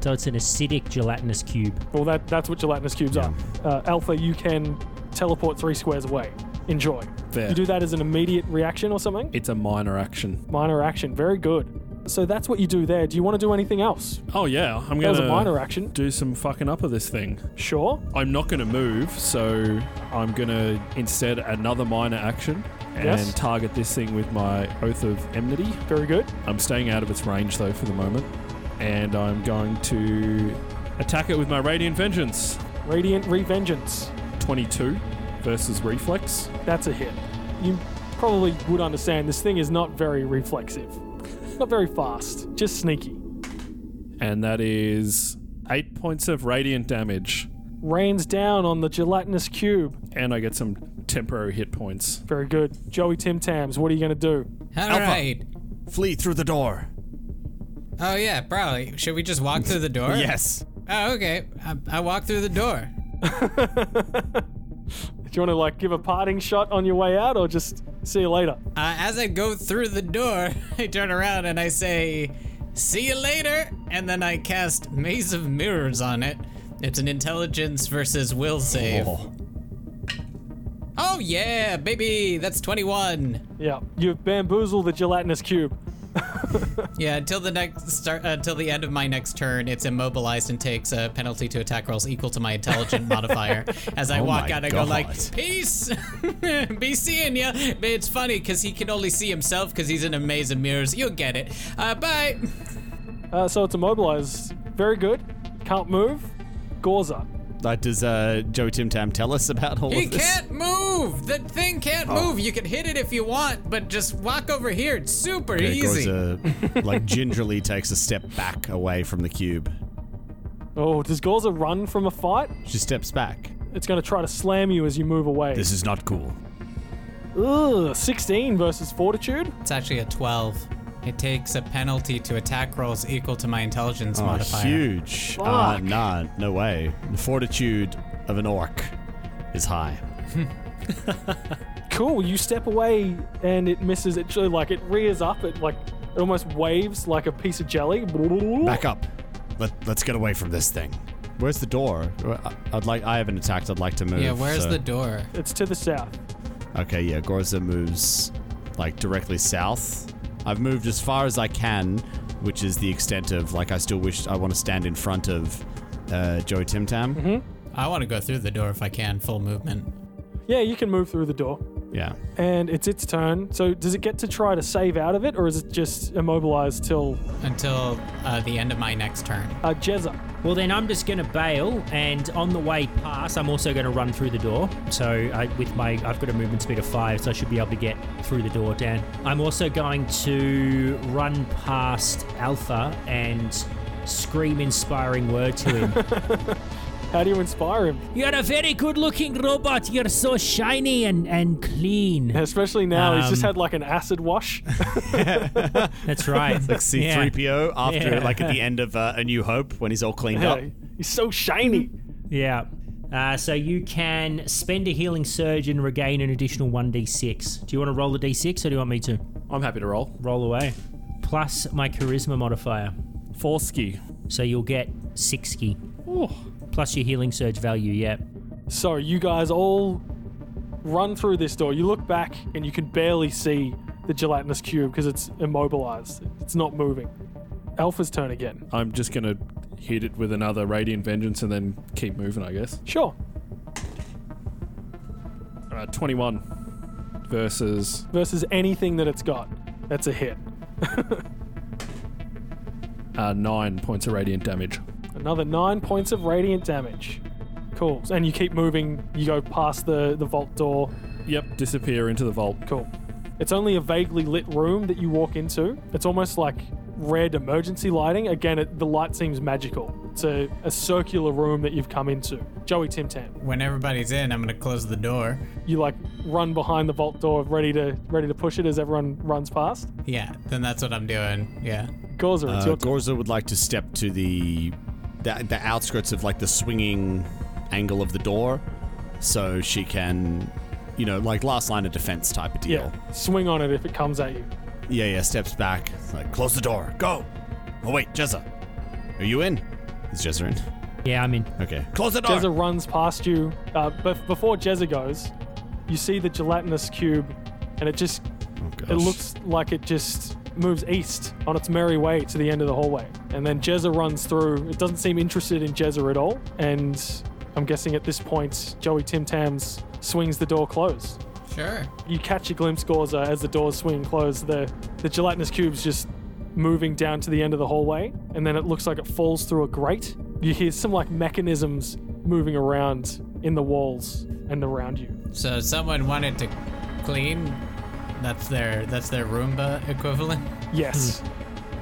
E: so it's an acidic gelatinous cube.
B: well that that's what gelatinous cubes are. Uh, alpha, you can teleport three squares away. Enjoy.
F: Fair.
B: You do that as an immediate reaction or something?
F: It's a minor action.
B: Minor action, very good. So that's what you do there. Do you want to do anything else?
F: Oh yeah, I'm
B: That was
F: gonna
B: a minor action.
F: do some fucking up of this thing.
B: Sure.
F: I'm not gonna move, so I'm gonna instead another minor action and
B: Yes.
F: target this thing with my oath of enmity.
B: Very good.
F: I'm staying out of its range though for the moment, and I'm going to attack it with my radiant vengeance.
B: Radiant Revengeance.
F: 22 versus reflex.
B: That's a hit. You probably would understand this thing is not very reflexive. Not very fast. Just sneaky.
F: and that is eight points of radiant damage,
B: Rains down on the gelatinous cube.
F: and I get some temporary hit points.
B: Very good. Joey Tim Tams, what are you going to do?
C: All right.
D: Flee through the door.
C: Oh, yeah, probably. Should we just walk through the door?
D: Yes.
C: Oh, okay. I, I walk through the door.
B: Do you want to like give a parting shot on your way out or just see you later?
C: [laughs] Uh, as I go through the door, I turn around and I say, see you later. And then I cast Maze of Mirrors on it. It's an intelligence versus will save. Oh,
D: Oh,
C: yeah, baby, that's 21.
B: Yeah, you bamboozle the gelatinous cube.
C: Yeah, until the next start, uh, until the end of my next turn, it's immobilized and takes a penalty to attack rolls equal to my
D: [laughs]
C: intelligent modifier. As I
D: Oh
C: walk
D: my
C: out, I go
D: God.
C: like, "Peace, [laughs] be seeing ya." But it's funny because he can only see himself because he's in a maze of mirrors. You'll get it. Uh, bye.
B: Uh, so it's immobilized. Very good. Can't move. Gorza.
D: Like, does uh, Joe Tim Tam tell us about all
C: He
D: of this? Oh.
C: can't move. The thing can't move. You can hit it if you want, but just walk over here. It's super
D: Okay, uh,
C: easy. [laughs]
D: Gorza, like gingerly takes a step back away from the cube.
B: Oh, does Gorza run from a fight?
D: She steps back.
B: It's going to try to slam you as you move away.
D: This is not cool.
B: Ugh, 16 versus Fortitude.
C: It's actually a 12. It takes a penalty to attack rolls equal to my intelligence
D: Oh,
C: modifier.
D: huge. Uh,
B: Fuck.
D: nah, no way. The fortitude of an orc is high.
B: Cool. You step away and it misses. It really, like it rears up. It like it almost waves like a piece of jelly.
D: Back up. Let, let's get away from this thing. Where's the door? I- I'd like. I haven't attacked. I'd like to move.
C: Yeah, where's
D: so-
C: the door?
B: It's to the south.
D: Okay, yeah, Gorza moves like directly south. I've moved as far as I can, which is the extent of like I still wish I want to stand in front of uh, Joe Tim Tam.
B: Mm-hmm.
C: I want to go through the door if I can, full movement.
B: Yeah, you can move through the door.
D: Yeah.
B: And it's its turn. So does it get to try to save out of it, or is it just immobilized till
C: Until uh, the end of my next turn.
B: uh, Jezza?
E: Well, then I'm just going to bail, and on the way past, I'm also going to run through the door. So, I, with my, I've got a movement speed of five, so I should be able to get through the door down. I'm also going to run past Alpha and scream inspiring word
B: [laughs]
E: to him.
B: How do you inspire him? [laughs]
E: You're a very good looking robot. You're so shiny and, and clean.
B: [laughs] Especially now, he's just
E: Um,
B: had like an acid
D: [laughs]
B: wash. [laughs]
E: That's right.
D: Like C3PO after
E: Yeah.
D: like
B: [laughs]
D: at the end of uh, A New Hope when he's all cleaned up.
B: he's so shiny.
E: Yeah. Uh, so you can spend a healing surge and regain an additional 1d6. Do you want to roll the d6 or do you want me to?
F: I'm happy to roll.
E: Roll away. Plus my charisma modifier.
F: Forsky.
E: So you'll get 60. Plus your healing surge value, yeah.
B: So you guys all run through this door. You look back and you can barely see the gelatinous cube because it's immobilized. It's not moving. Alpha's turn again.
F: I'm just gonna hit it with another radiant vengeance and then keep moving, I guess.
B: Sure.
F: Uh, 21 versus
B: Versus anything that it's got. That's a hit.
F: uh, nine points of radiant damage.
B: Another nine points of radiant damage. Cool. And you keep moving. You go past the, the vault door.
F: Yep, disappear into the vault.
B: Cool. It's only a vaguely lit room that you walk into. It's almost like red emergency lighting. Again, it, the light seems magical. It's a, a circular room that you've come into. Joey Tim Tam,
C: When everybody's in, I'm going to close the door.
B: you like run behind the vault door, ready to ready to push it as everyone runs past.
C: Yeah, then that's what I'm doing. Yeah.
B: Gorza, it's
D: Uh,
B: your turn.
D: Gorza would like to step to the, the the outskirts of like the swinging angle of the door, so she can, you know, like last line of defense type of deal.
B: Yeah, swing on it if it comes at you.
D: Yeah, yeah. steps back, like close the door, go. Oh wait, Jezza, are you in? Is Jezza in?
E: Yeah, I'm in.
D: Okay, close the door.
B: Jezza runs past you, uh, but before Jezza goes, you see the gelatinous cube, and it just
D: Oh, gosh.
B: It looks like it just moves east on its merry way to the end of the hallway. And then Jezza runs through. It doesn't seem interested in Jezza at all. And I'm guessing at this point, Joey Tim Tams swings the door closed.
C: Sure.
B: You catch a glimpse, Gorza, as the doors swing closed. The, the gelatinous cube's just moving down to the end of the hallway. And then it looks like it falls through a grate. You hear some like mechanisms moving around in the walls and around you.
C: So someone wanted to clean. That's their that's their Roomba equivalent.
B: Yes.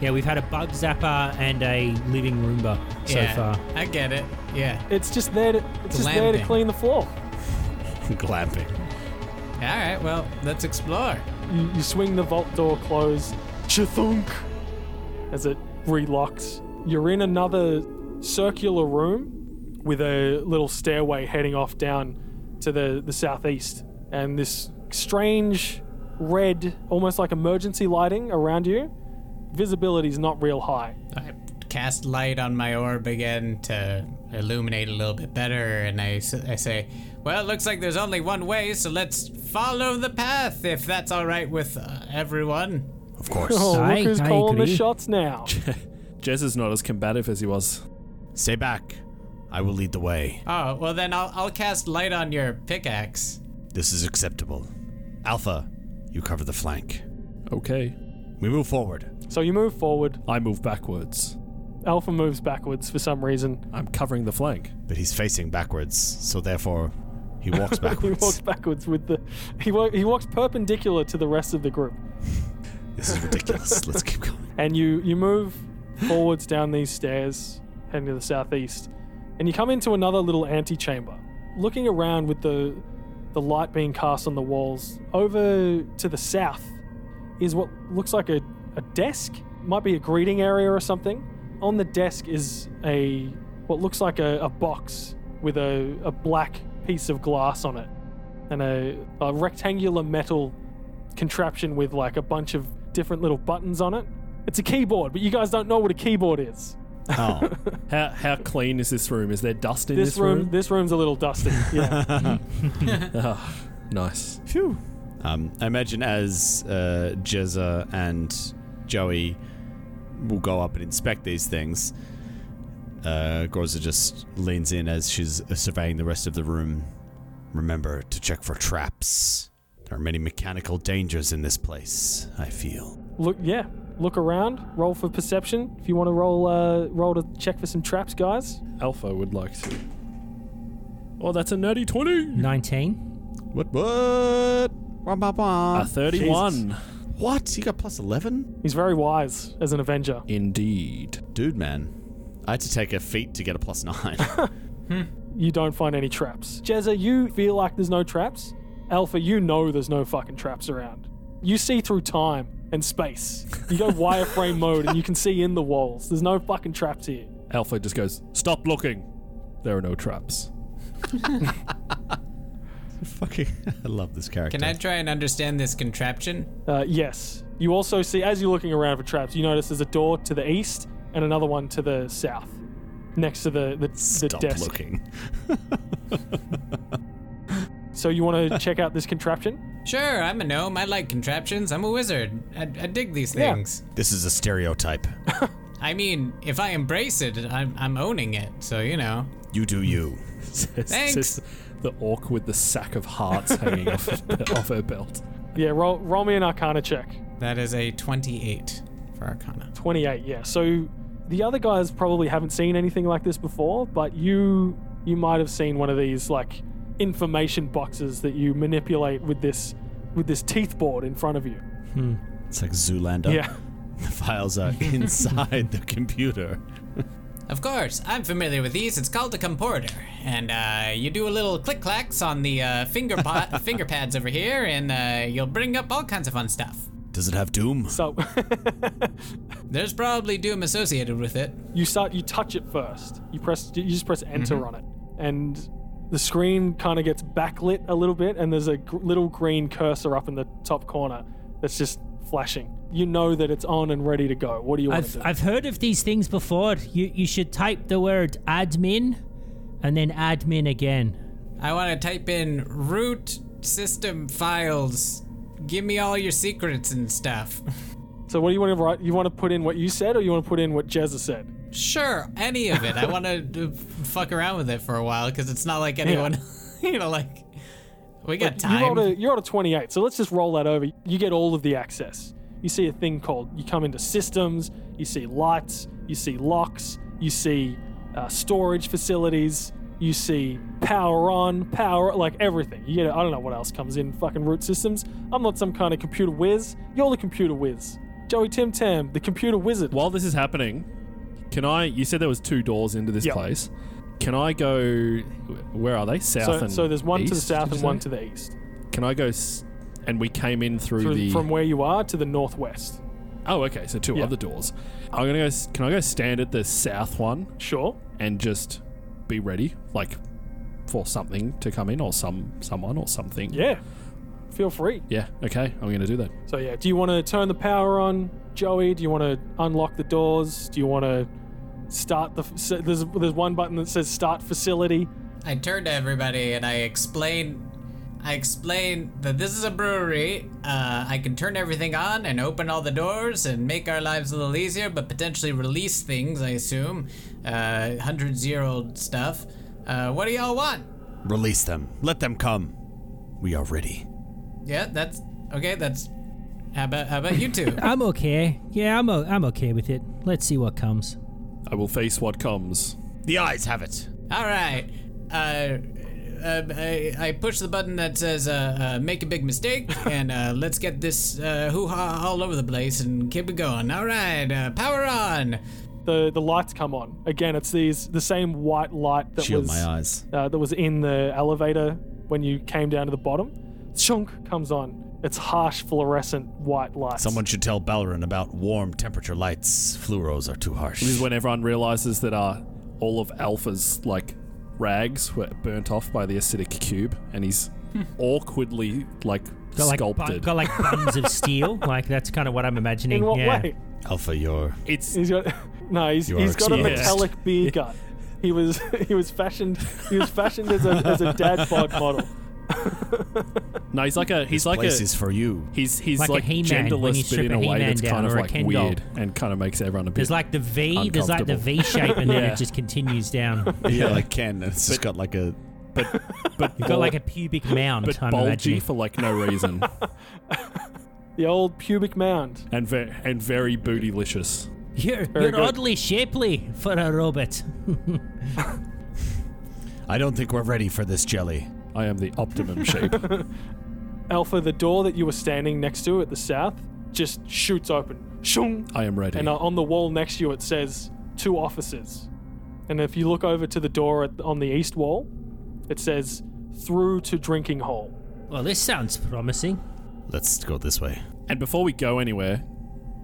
E: Yeah, we've had a bug zapper and a living Roomba so
C: yeah,
E: far.
C: I get it. Yeah.
B: It's just there to, it's just there to
C: Glamping.
B: clean the floor.
D: [laughs] glamping.
C: All right. Well, let's explore.
B: You, you swing the vault door closed. Chathunk! As it relocks. You're in another circular room with a little stairway heading off down to the, the southeast. And this strange red, almost like emergency lighting around you. visibility's not real high.
C: I cast light on my orb again to illuminate a little bit better, and I, s- I say, Well, it looks like there's only one way, so let's follow the path if that's all right with uh, everyone.
D: Of course. [laughs]
B: Oh,
E: I-
B: look who's
E: I
B: calling the
E: agree.
B: shots
E: [laughs]
B: now.
F: Jez is not as combative as he was.
D: Stay back. I will lead the way.
C: Oh, well, then I'll, I'll cast light on your pickaxe.
D: This is acceptable. Alpha, you cover the flank.
F: Okay.
D: We move forward.
B: So you move forward.
F: I move backwards.
B: Alpha moves backwards for some reason.
F: I'm covering the flank.
D: But he's facing backwards, so therefore he [laughs] walks
B: He
D: backwards.
B: walks backwards with the. He, wa- he walks perpendicular to the rest of the group.
D: This is ridiculous. Let's keep [laughs] going.
B: and you you move forwards down these stairs heading to the southeast and you come into another little antechamber looking around with the the light being cast on the walls over to the south is what looks like a, a desk might be a greeting area or something on the desk is a what looks like a, a box with a, a black piece of glass on it and a, a rectangular metal contraption with like a bunch of different little buttons on it. It's a keyboard, but you guys don't know what a keyboard is.
D: Oh,
F: How how clean is this room? Is there dust in
B: This,
F: this,
B: room, this room's a little dusty. Yeah.
F: Ah, nice.
D: phew. Um, I imagine as uh, Jezza and Joey will go up and inspect these things, uh, Groza just leans in as she's uh, surveying the rest of the room. Remember to check for traps. There are many mechanical dangers in this place, I feel.
B: look, yeah. Look around. Roll for perception if you want to roll. Uh, roll to check for some traps, guys.
F: Alpha would like to. Oh, that's a nerdy twenty.
E: 19.
D: What? What? Wah, wah, wah.
F: A thirty-one.
D: What? You got plus 11?
B: He's very wise as an Avenger.
F: Indeed.
D: Dude, man. I had to take a feat to get a plus [laughs] 9.
B: You don't find any traps. Jezza, you feel like there's no traps. Alpha, you know there's no fucking traps around. You see through time and space. You go wireframe mode and you can see in the walls. There's no fucking traps here.
F: Alpha just goes, "Stop looking. There are no traps."
D: Fucking. [laughs] I love this character.
C: Can I try and understand this contraption?
B: Uh, yes. You also see, as you're looking around for traps, you notice there's a door to the east and another one to the south, next to the the, the
D: Stop
B: desk.
D: looking.
B: So you want
D: [laughs]
B: to check out this contraption?
C: Sure, I'm a gnome. I like contraptions. I'm a wizard. I, I dig these
B: Yeah.
C: things.
D: This is a stereotype.
C: I mean, if I embrace it, I'm, I'm owning it. So, you know.
D: You do [laughs] you.
F: Says-
C: Thanks.
F: says the orc with the sack of hearts hanging off, [laughs] off her belt.
B: Yeah. Roll, roll me an Arcana check.
C: That is a 28 for Arcana.
B: Twenty-eight. Yeah. So the other guys probably haven't seen anything like this before, but you you might have seen one of these like information boxes that you manipulate with this with this teeth board in front of you.
D: It's like Zoolander.
B: Yeah.
D: The files are inside the computer.
C: Of course, I'm familiar with these. It's called a comporter, and uh, you do a little click clacks on the uh, finger pot, finger pads over here, and uh, you'll bring up all kinds of fun stuff.
D: Does it have Doom?
B: So [laughs]
C: There's probably doom associated with it.
B: you start you touch it first you press you just press enter on it and the screen kind of gets backlit a little bit and there's a gr- little green cursor up in the top corner that's just flashing you know that it's on and ready to go what do you want to
E: I've,
B: do
E: I've heard of these things before. You, you should type the word admin and then admin again.
C: I want to type in root system files. Give me all your secrets and stuff. [laughs]
B: so what do you want to write you want to put in what you said or you want to put in what jezza said
C: Sure, any of it. I want to uh, fuck around with it for a while because it's not like anyone, [laughs] you know, like we got
B: you rolled,
C: time.
B: a, you rolled a 28 so let's just roll that over you get all of the access you see a thing called you come into systems you see lights you see locks you see uh, storage facilities you see power on power like everything you get i don't know what else comes in fucking root systems i'm not some kind of computer whiz you're the computer whiz joey tim tam the computer wizard
F: While this is happening, can I? You said there was two doors into this
B: Yep.
F: place. Can I go? Where are they? South
B: so,
F: and
B: so there's one to the
F: east,
B: south
F: did you
B: and one
F: say?
B: to the east
F: Can I go? s- And we came in through,
B: Through-
F: the.
B: from where you are to the northwest
F: oh, okay. So two
B: Yeah.
F: other doors. I'm gonna go. s- Can I go stand at the south one
B: sure
F: and just be ready, like for something to come in or some someone or something?
B: yeah feel free
F: Yeah. Okay. I'm gonna do that.
B: So yeah, do you want to turn the power on? Joey, do you want to unlock the doors? Do you want to start the? f- s- There's there's one button that says start facility.
C: I turn to everybody and I explain. I explain that this is a brewery. Uh, I can turn everything on and open all the doors and make our lives a little easier, but potentially release things. I assume, uh, hundreds-year-old stuff. Uh, what do y'all want?
D: Release them. Let them come. We are ready.
C: Yeah, that's okay. That's how about how about you two?
E: I'm okay. Yeah, I'm, o- I'm okay with it. Let's see what comes.
F: I will face what comes.
D: The eyes have it.
C: all right. Uh, uh, I, I push the button that says uh, uh, "Make a big mistake" and uh, let's get this uh, hoo ha all over the place and keep it going. All right, uh, power on.
B: The the lights come on again. It's these the same white light that
D: Shield
B: was
D: my eyes.
B: uh, that was in the elevator when you came down to the bottom. Chunk comes on. It's harsh fluorescent white lights.
D: Someone should tell Balrin about warm temperature lights. Fluoros are too harsh.
F: This is when everyone realizes that uh, all of Alpha's like rags were burnt off by the acidic cube, and he's awkwardly like
E: Got like, bu-
F: sculpted.
E: got like buns of
F: [laughs]
E: steel. Like that's kind of what I'm imagining.
B: in what
E: yeah.
B: way?
D: Alpha, you're
F: it's
B: He's got [laughs] no. He's,
D: You are
B: he's got a
D: excused.
B: metallic
D: [laughs]
B: beer gut. He was [laughs] he was fashioned he was fashioned as a as a dad bod model.
F: no, he's like a he's
D: this
F: like a
D: place is for you.
F: he's he's
E: Like
F: like,
E: a He-Man, when you
F: genderless, but
E: strip
F: in
E: a
F: a way
E: He-Man
F: that's
E: down
F: kind of
E: or a
F: like
E: Ken doll.
F: weird and kind of makes everyone a bit.
E: There's like the V. There's like the V shape, and then
F: Yeah.
E: it just continues
F: [laughs]
E: down.
D: yeah, like Ken. It's just got like a.
F: [laughs] but
E: You've got like a pubic mound.
F: but
E: I'm
F: bulgy
E: imagining.
F: for like no
E: [laughs]
F: reason,
B: The old pubic mound.
F: and ve- and very bootylicious.
E: You're,
B: Very
E: you're
B: good.
E: oddly shapely for a robot.
D: I don't think we're ready for this jelly.
F: I am the optimum shape.
B: Alpha, the door that you were standing next to at the south just shoots open. Shung.
F: I am ready.
B: And uh, on the wall next to you, it says two offices. And if you look over to the door at, on the east wall, it says through to drinking hole.
E: Well, this sounds promising.
D: Let's go this way.
F: and before we go anywhere,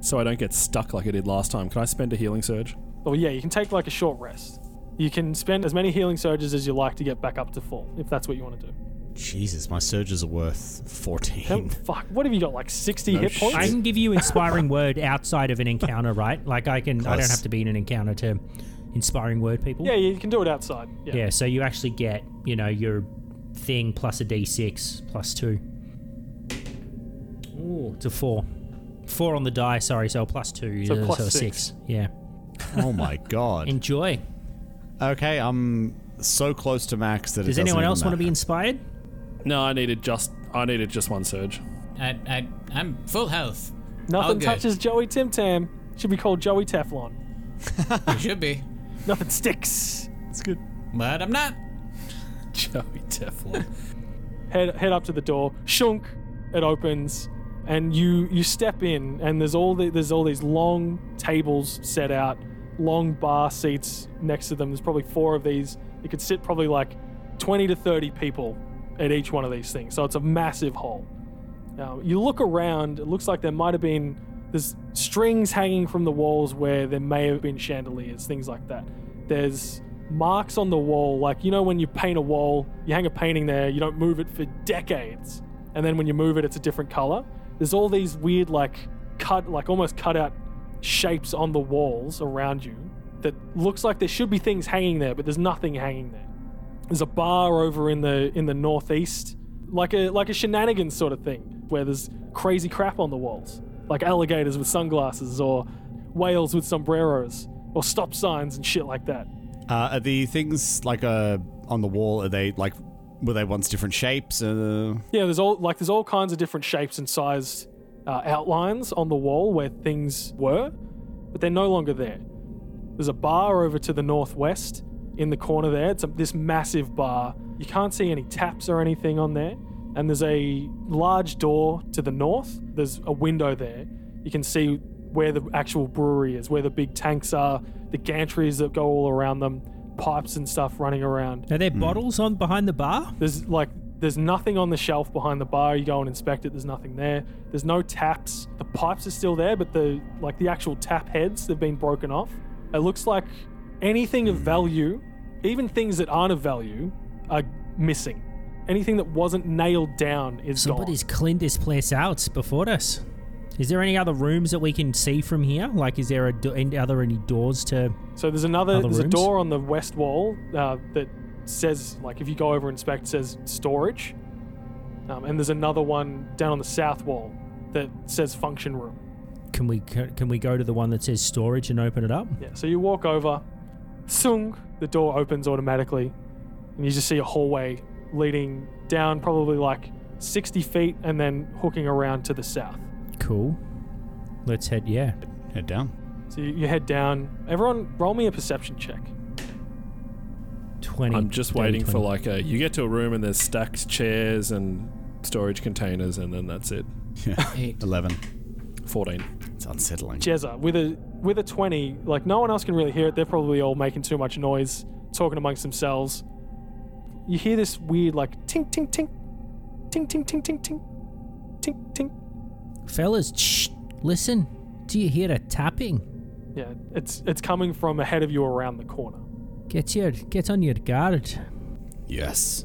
F: so I don't get stuck like I did last time, can I spend a healing surge?
B: Well, yeah, you can take like a short rest. You can spend as many healing surges as you like to get back up to full, if that's what you want to do.
D: Jesus, my surges are worth
B: How-
D: 14.
B: fuck, what have you got? Like 60 hit
D: Hmm. shit.
B: points?
E: I can give you inspiring word outside of an encounter, right? Like I can. I
D: Close.
E: don't have to be in an encounter to inspiring word people.
B: yeah, you can do it outside. Yeah.
E: Yeah, so you actually get, you know, your thing plus a d6 plus two. Ooh, to four. Four on the die, sorry, so plus two.
B: So
E: uh,
B: plus
E: a
B: six.
E: Yeah.
D: oh my god.
E: Enjoy.
D: Okay, I'm so close to max that it
E: Does
D: doesn't
E: anyone
D: even
E: else want to be
D: matter.
E: inspired?
F: No, I needed just I needed just one [laughs] surge.
C: I, I, I'm full health. All
B: Nothing
C: good.
B: touches Joey Tim Tam. Should be called Joey Teflon.
C: You should be,
B: Nothing sticks.
F: It's good.
C: but I'm not.
F: Joey Teflon.
B: head head up to the door. Shunk, it opens, and you you step in, and there's all the, there's all these long tables set out, long bar seats next to them. There's probably four of these. You could sit probably like twenty to thirty people at each one of these things. So it's a massive hall. Now Uh, you look around. It looks like there might have been there's strings hanging from the walls where there may have been chandeliers, things like that. There's marks on the wall, like you know when you paint a wall, you hang a painting there, you don't move it for decades, and then when you move it, it's a different color. There's all these weird, like cut, like almost cut out shapes on the walls around you that looks like there should be things hanging there, but there's nothing hanging there. There's a bar over in the in the northeast, like a like a shenanigans sort of thing, where there's crazy crap on the walls, like alligators with sunglasses or whales with sombreros or stop signs and shit like that.
D: Uh, are the things like uh, on the wall, are they like, were they once different shapes? Uh,
B: Yeah, there's all like there's all kinds of different shapes and sized uh, outlines on the wall where things were, but they're no longer there. There's a bar over to the northwest in the corner there. It's a, this massive bar. You can't see any taps or anything on there. And there's a large door to the north. There's a window there. You can see where the actual brewery is, where the big tanks are, the gantries that go all around them, pipes and stuff running around.
E: Are there bottles on behind the bar?
B: There's like there's nothing on the shelf behind the bar. You go and inspect it. There's nothing there. There's no taps. The pipes are still there, but the like the actual tap heads they've been broken off. It looks like anything of value, even things that aren't of value, are missing. Anything that wasn't nailed down is
E: Somebody's
B: gone.
E: cleaned this place out before us. Is there any other rooms that we can see from here? Like, is there a do- any- are there any doors to?
B: So there's another
E: Other
B: there's a
E: rooms?
B: door on the west wall uh, that says like if you go over and inspect it says storage, um, and there's another one down on the south wall that says function room.
E: Can we can we go to the one that says storage and open it up?
B: Yeah. So you walk over, sung the door opens automatically, and you just see a hallway leading down probably like 60 feet and then hooking around to the south.
E: Cool. Let's head. Yeah.
D: Head down.
B: So you, you head down. Everyone, roll me a perception check.
E: Twenty.
F: I'm just
E: dirty
F: waiting for
E: 20.
F: like a. You get to a room and there's stacked chairs and storage containers, and then that's it.
C: Eight.
D: Eleven.
F: 14.
D: It's unsettling.
B: Jezza with a with a twenty, like no one else can really hear it. They're probably all making too much noise, talking amongst themselves. You hear this weird like tink tink tink, tink tink tink tink tink, tink tink.
E: fellas. Shh. Listen. Do you hear a tapping?
B: Yeah, it's it's coming from ahead of you around the corner.
E: Get your get on your guard.
D: Yes.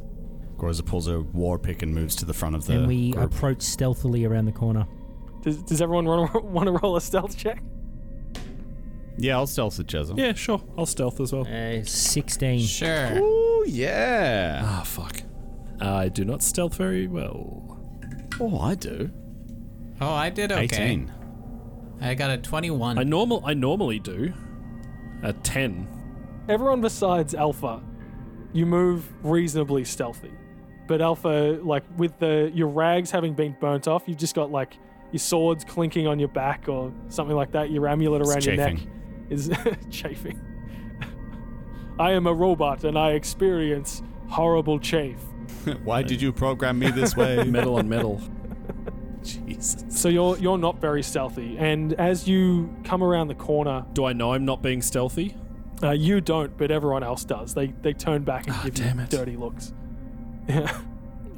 D: Groza pulls a war pick and moves to the front of the.
F: Uh,
E: and we
D: group.
E: approach stealthily around the corner.
B: Does, does everyone [laughs] want to roll a stealth check?
D: yeah, I'll stealth at Jezza.
F: Yeah, sure. I'll stealth as well.
E: Uh, Sixteen.
C: Sure.
D: Ooh, yeah.
F: Ah, fuck. I do not stealth very well.
D: Oh, I do.
C: Oh, I did okay.
D: 18.
C: I got a 21.
F: I normal. I normally do. A [laughs] 10.
B: Everyone besides Alpha, you move reasonably stealthy, but Alpha, like with the your rags having been burnt off, you've just got like your swords clinking on your back or something like that. Your amulet around your neck
D: chafing.
B: is [laughs] chafing. I am a robot and I experience horrible chafe.
D: [laughs] Why did you program me this way?
F: Metal on [laughs] metal.
D: Jesus.
B: So you're you're not very stealthy, and as you come around the corner,
F: Do I know I'm not being stealthy?
B: Uh, you don't, but everyone else does. They they turn back and give
F: Ah, damn
B: you
F: it.
B: dirty looks. [laughs] Yeah.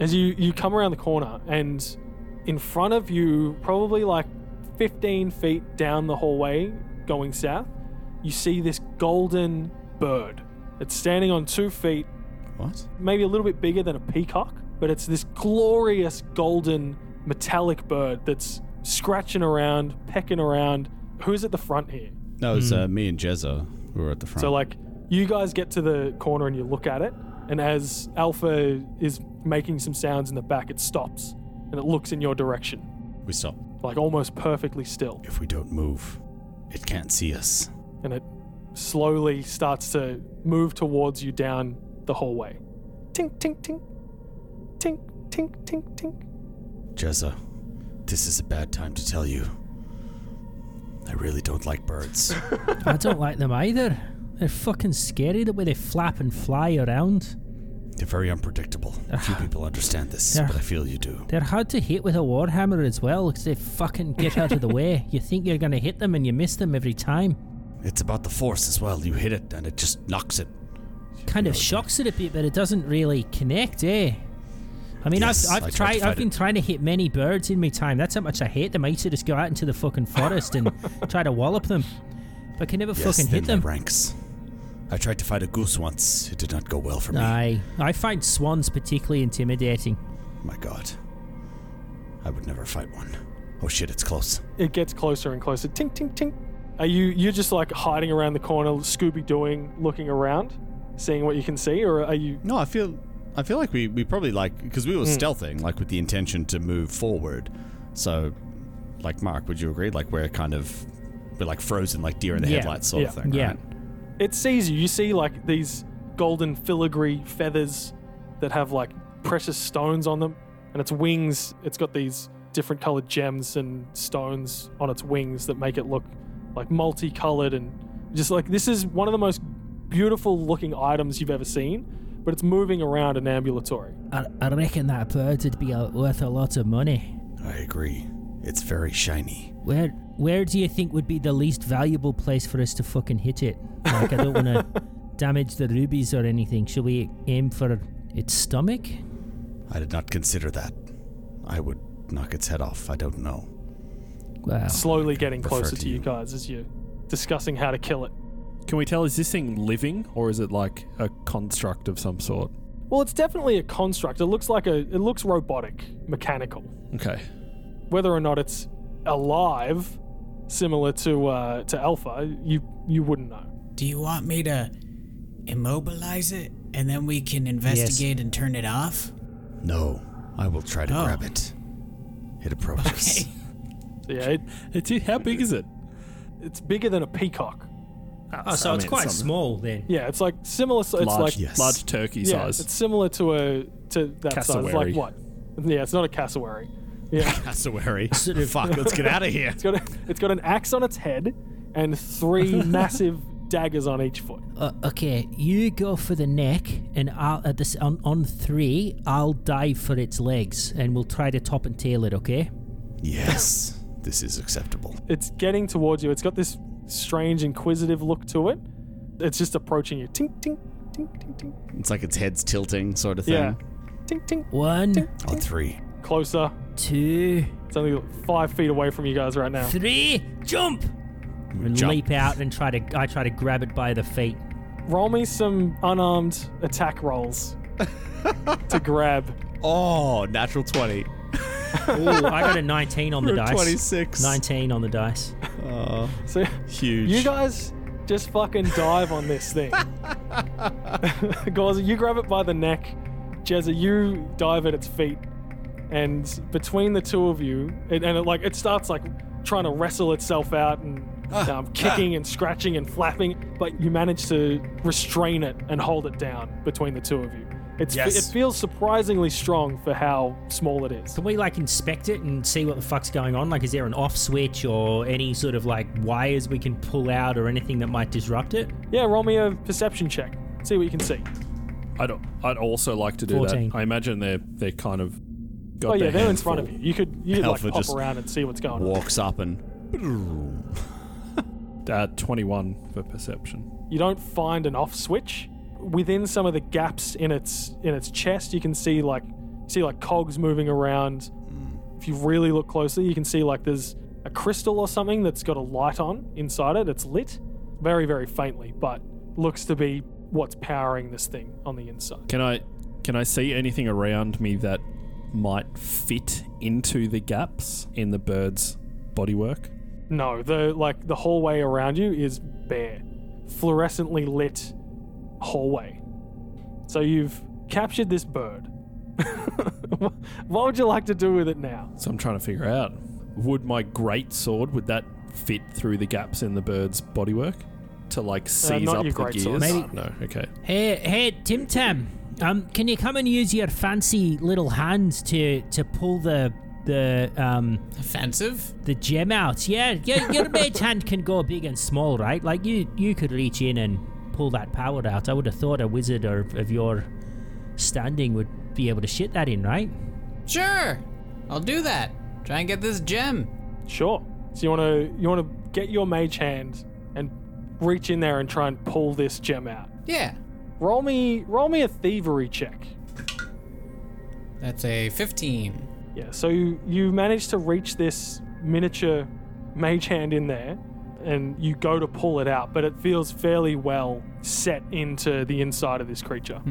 B: As you you come around the corner and in front of you, probably like 15 feet down the hallway going south, you see this golden bird. It's standing on two feet,
D: What?
B: maybe a little bit bigger than a peacock, but it's this glorious golden metallic bird that's scratching around, pecking around. Who's at the front here?
D: No, it's uh, me and Jezza who were at the front.
B: So like you guys get to the corner and you look at it, and as Alpha is making some sounds in the back, it stops and it looks in your direction,
D: we stop.
B: like almost perfectly still,
D: If we don't move, it can't see us.
B: and it slowly starts to move towards you down the hallway. Tink tink tink. Tink tink tink tink.
D: Jezza, this is a bad time to tell you. I really don't like
E: [laughs]
D: birds.
E: I don't like them either. They're fucking scary the way they flap and fly around.
D: They're very unpredictable. Few
E: Uh-huh.
D: people understand this,
E: They're-
D: but I feel you do.
E: They're hard to hit with a warhammer as well, 'cause they fucking get out of
F: [laughs]
E: the way. You think you're gonna hit them and you miss them every time.
D: It's about the force as well. You hit it and it just knocks it.
E: Kind of shocks it a bit, but it doesn't really connect, eh? I mean,
D: Yes,
E: I've,
D: I
E: I've
D: tried to
E: tried.
D: fight
E: I've been
D: it.
E: trying to hit many birds in my time. That's how much I hate them. I used to just go out into the fucking forest
D: [laughs]
E: and try to wallop them, but can never
D: Yes,
E: fucking
D: then
E: hit
D: my
E: them.
D: ranks. I tried to fight a goose once. It did not go well for me.
E: Aye, I find swans particularly intimidating.
D: My god. I would never fight one. Oh shit, it's close.
B: It gets closer and closer. Tink tink tink. Are you you're just like hiding around the corner, Scooby Dooing, looking around, seeing what you can see, or are you
D: No, I feel I feel like we, we probably like because we were stealthing, like with the intention to move forward. So, like Mark, would you agree? Like we're kind of we're like frozen, like deer in the
E: Yeah,
D: headlights sort of
B: yeah,
D: thing.
E: yeah.
D: right?
B: it sees you. You see like these golden filigree feathers that have like precious stones on them, and its wings. It's got these different colored gems and stones on its wings that make it look like multicolored and just like this is one of the most beautiful looking items you've ever seen. But it's moving around an ambulatory.
E: I, I reckon that bird would be uh, worth a lot of money.
D: I agree. It's very shiny.
E: Where where do you think would be the least valuable place for us to fucking hit it? Like I don't
D: [laughs]
E: want to damage the rubies or anything. Should we aim for its stomach?
D: I did not consider that. I would knock its head off. I don't know.
E: Well,
B: Slowly getting
D: Refer
B: closer
D: to
B: to you
D: you.
B: guys as you're discussing how to kill it.
F: Can we tell, is this thing living or is it like a construct of some sort?
B: Well, it's definitely a construct. It looks like a. It looks robotic, mechanical.
F: Okay.
B: whether or not it's alive, similar to uh, to Alpha, you you wouldn't know.
C: Do you want me to immobilize it and then we can investigate and turn it off?
D: No, I will try to
C: Oh.
D: grab it. It approaches.
C: Okay.
B: So, yeah, it,
F: It's, how big is it?
B: it's bigger than a peacock.
E: Oh, so
F: I
E: it's
F: mean,
E: quite
F: some-
E: small then.
B: Yeah, it's like similar. It's
F: large,
B: like
D: yes.
F: large turkey
B: yeah,
F: size.
B: it's similar to a to that size.
F: Cassowary.
B: Like what? Yeah, it's not a cassowary. Yeah.
D: Cassowary. [laughs] Fuck, let's get out of
F: [laughs]
D: here.
B: It's got a, it's got an axe on its head and
F: [laughs]
B: three massive daggers on each foot.
E: Uh, okay, you go for the neck, and I'll at this on, on three, I'll dive for its legs, and we'll try to top and tail it. Okay.
D: [laughs] Yes, this is acceptable.
B: It's getting towards you. It's got this strange inquisitive look to it. It's just approaching you. Tink tink tink tink tink.
D: It's like its head's tilting, sort of thing.
B: Yeah. Tink tink.
E: One,
D: On three.
B: Closer.
E: two,
B: It's only like five feet away from you guys right now.
E: three, jump! And
D: Jump.
E: leap out and try to. I try to grab it by the feet.
B: Roll me some unarmed attack rolls to grab.
D: Oh, natural 20.
E: Ooh, I got a 19 on the dice.
D: 26.
E: 19 on the dice.
B: So
D: Huge.
B: you guys just fucking dive on this thing. [laughs] Gaza, you grab it by the neck. Jezza, you dive at its feet. And between the two of you, it, and it like it starts like trying to wrestle itself out and
D: Ah,
B: um, kicking and scratching and flapping, but you manage to restrain it and hold it down between the two of you. It's,
D: Yes.
B: It feels surprisingly strong for how small it is.
E: Can we like inspect it and see what the fuck's going on? Like, is there an off switch or any sort of like wires we can pull out or anything that might disrupt it?
B: Yeah, roll me a perception check. See what you can see.
F: I'd, I'd also like to do
E: 14.
F: that. I imagine they're they're kind of. Got
B: Oh yeah,
F: their
B: they're in
F: hands
B: front of
F: full.
B: you. You could you could like
D: Alpha
B: hop
D: just
B: around and see what's going on.
D: Walks up and.
F: Uh, 21 for perception.
B: you don't find an off switch within some of the gaps in its in its chest you can see like see like cogs moving around
D: Hmm.
B: if you really look closely you can see like there's a crystal or something that's got a light on inside it it's lit very very faintly but looks to be what's powering this thing on the inside
F: Can I can I see anything around me that might fit into the gaps in the bird's bodywork?
B: no the like the hallway around you is bare fluorescently lit hallway so you've captured this bird [laughs] what would you like to do with it now
F: So I'm trying to figure out. Would my great sword would that fit through the gaps in the bird's bodywork to like seize
B: Uh, not
F: up
B: your
F: the
B: great
F: gears?
B: sword. Maybe-
F: No, okay.
E: Hey, hey, Tim Tam, um, can you come and use your fancy little hands to to pull the the um
C: Offensive?
E: the gem out? Yeah, your, your mage hand can go big and small, right? Like you you could reach in and pull that power out. I would have thought a wizard or of your standing would be able to shit that in, right?
C: Sure. I'll do that. Try and get this gem.
B: Sure. So you want to you want to get your mage hand and reach in there and try and pull this gem out.
C: Yeah.
B: Roll me roll me a thievery check.
C: That's a 15.
B: Yeah. So you, you manage to reach this miniature mage hand in there and you go to pull it out, but it feels fairly well set into the inside of this creature.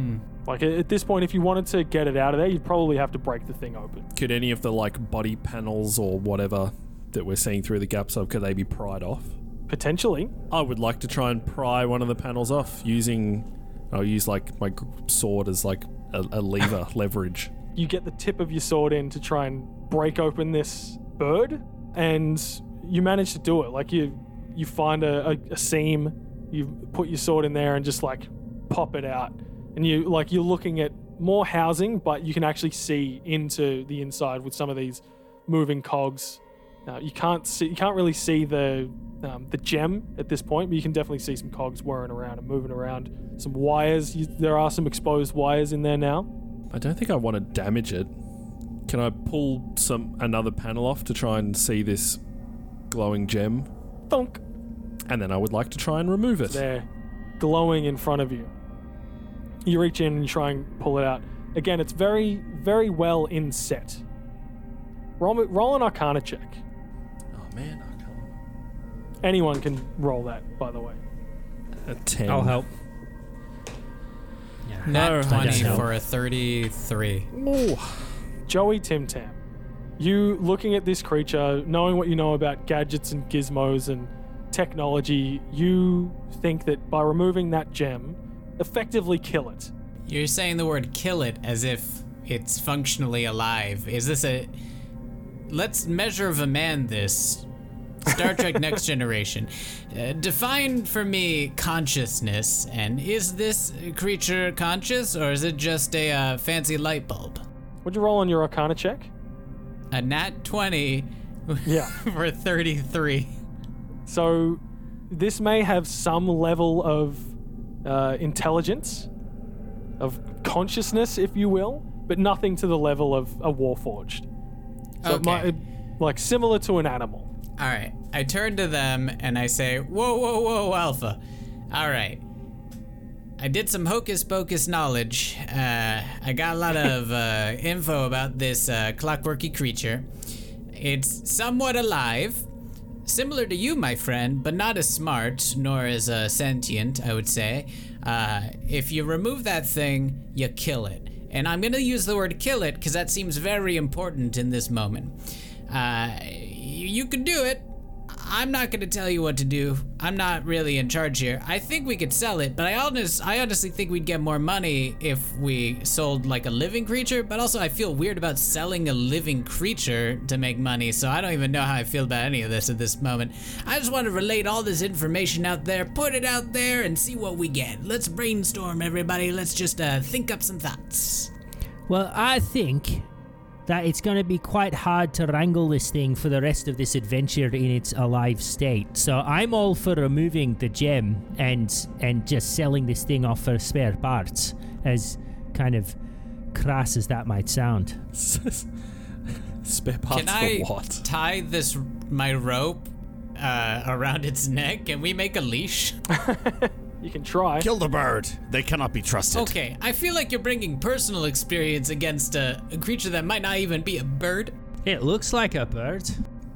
B: Like at at this point if you wanted to get it out of there, you'd probably have to break the thing open.
F: Could any of the like body panels or whatever that we're seeing through the gaps of could they be pried off?
B: Potentially.
F: I would like to try and pry one of the panels off using. I'll use like my gr- sword as like a,
B: [laughs]
F: a lever leverage.
B: you get the tip of your sword in to try and break open this bird, and you manage to do it. Like you, you find a, a, a seam, you put your sword in there and just like pop it out, and you like you're looking at more housing, but you can actually see into the inside with some of these moving cogs. Now you can't see, you can't really see the um, the gem at this point, but you can definitely see some cogs whirring around and moving around. Some wires, you, there are some exposed wires in there now.
F: I don't think I want to damage it. Can I pull some another panel off to try and see this glowing gem?
B: Thunk.
F: And then I would like to try and remove it.
B: there, glowing in front of you. You reach in and you try and pull it out. Again, it's very, very well inset. Roll, me- roll an Arcana check.
F: Oh man, I can't.
B: Anyone can roll that, by the way.
F: A ten.
E: I'll help.
C: Not
E: I don't
C: 20
E: know.
C: for a 33.
B: Joey Tim Tam. You looking at this creature, knowing what you know about gadgets and gizmos and technology, you think that by removing that gem, effectively kill it.
C: You're saying the word kill it as if it's functionally alive. Is this a. Let's measure of a man this. Star Trek Next Generation. Uh, define for me consciousness, and is this creature conscious, or is it just a uh, fancy light bulb?
B: Would you roll on your Arcana check?
C: A nat 20
B: Yeah.
C: for 33.
B: So this may have some level of uh, intelligence, of consciousness, if you will, but nothing to the level of a warforged. So it might,
C: Okay.
B: like similar to an animal.
C: All right. I turn to them and I say, Whoa, whoa, whoa, Alpha. All right. I did some hocus pocus knowledge. Uh, I got a lot of uh, info about this uh, clockworky creature. It's somewhat alive, similar to you, my friend, but not as smart nor as uh, sentient, I would say. Uh, if you remove that thing, you kill it. And I'm going to use the word kill it because that seems very important in this moment. Uh, y- you could do it. I'm not going to tell you what to do. I'm not really in charge here. I think we could sell it, but I, honest, I honestly think we'd get more money if we sold like a living creature. But also, I feel weird about selling a living creature to make money, so I don't even know how I feel about any of this at this moment. I just want to relate all this information out there, put it out there, and see what we get. Let's brainstorm, everybody. Let's just uh, think up some thoughts.
E: Well, I think that it's going to be quite hard to wrangle this thing for the rest of this adventure in its alive state. So I'm all for removing the gem and and just selling this thing off for spare parts, as kind of crass as that might sound.
F: [laughs] Spare parts
C: Can I
F: for what?
C: tie this my rope uh, around its neck? Can we make a leash?
B: You can try.
D: Kill the bird. They cannot be trusted.
C: Okay, I feel like you're bringing personal experience against a, a creature that might not even be a bird.
E: It looks like a bird.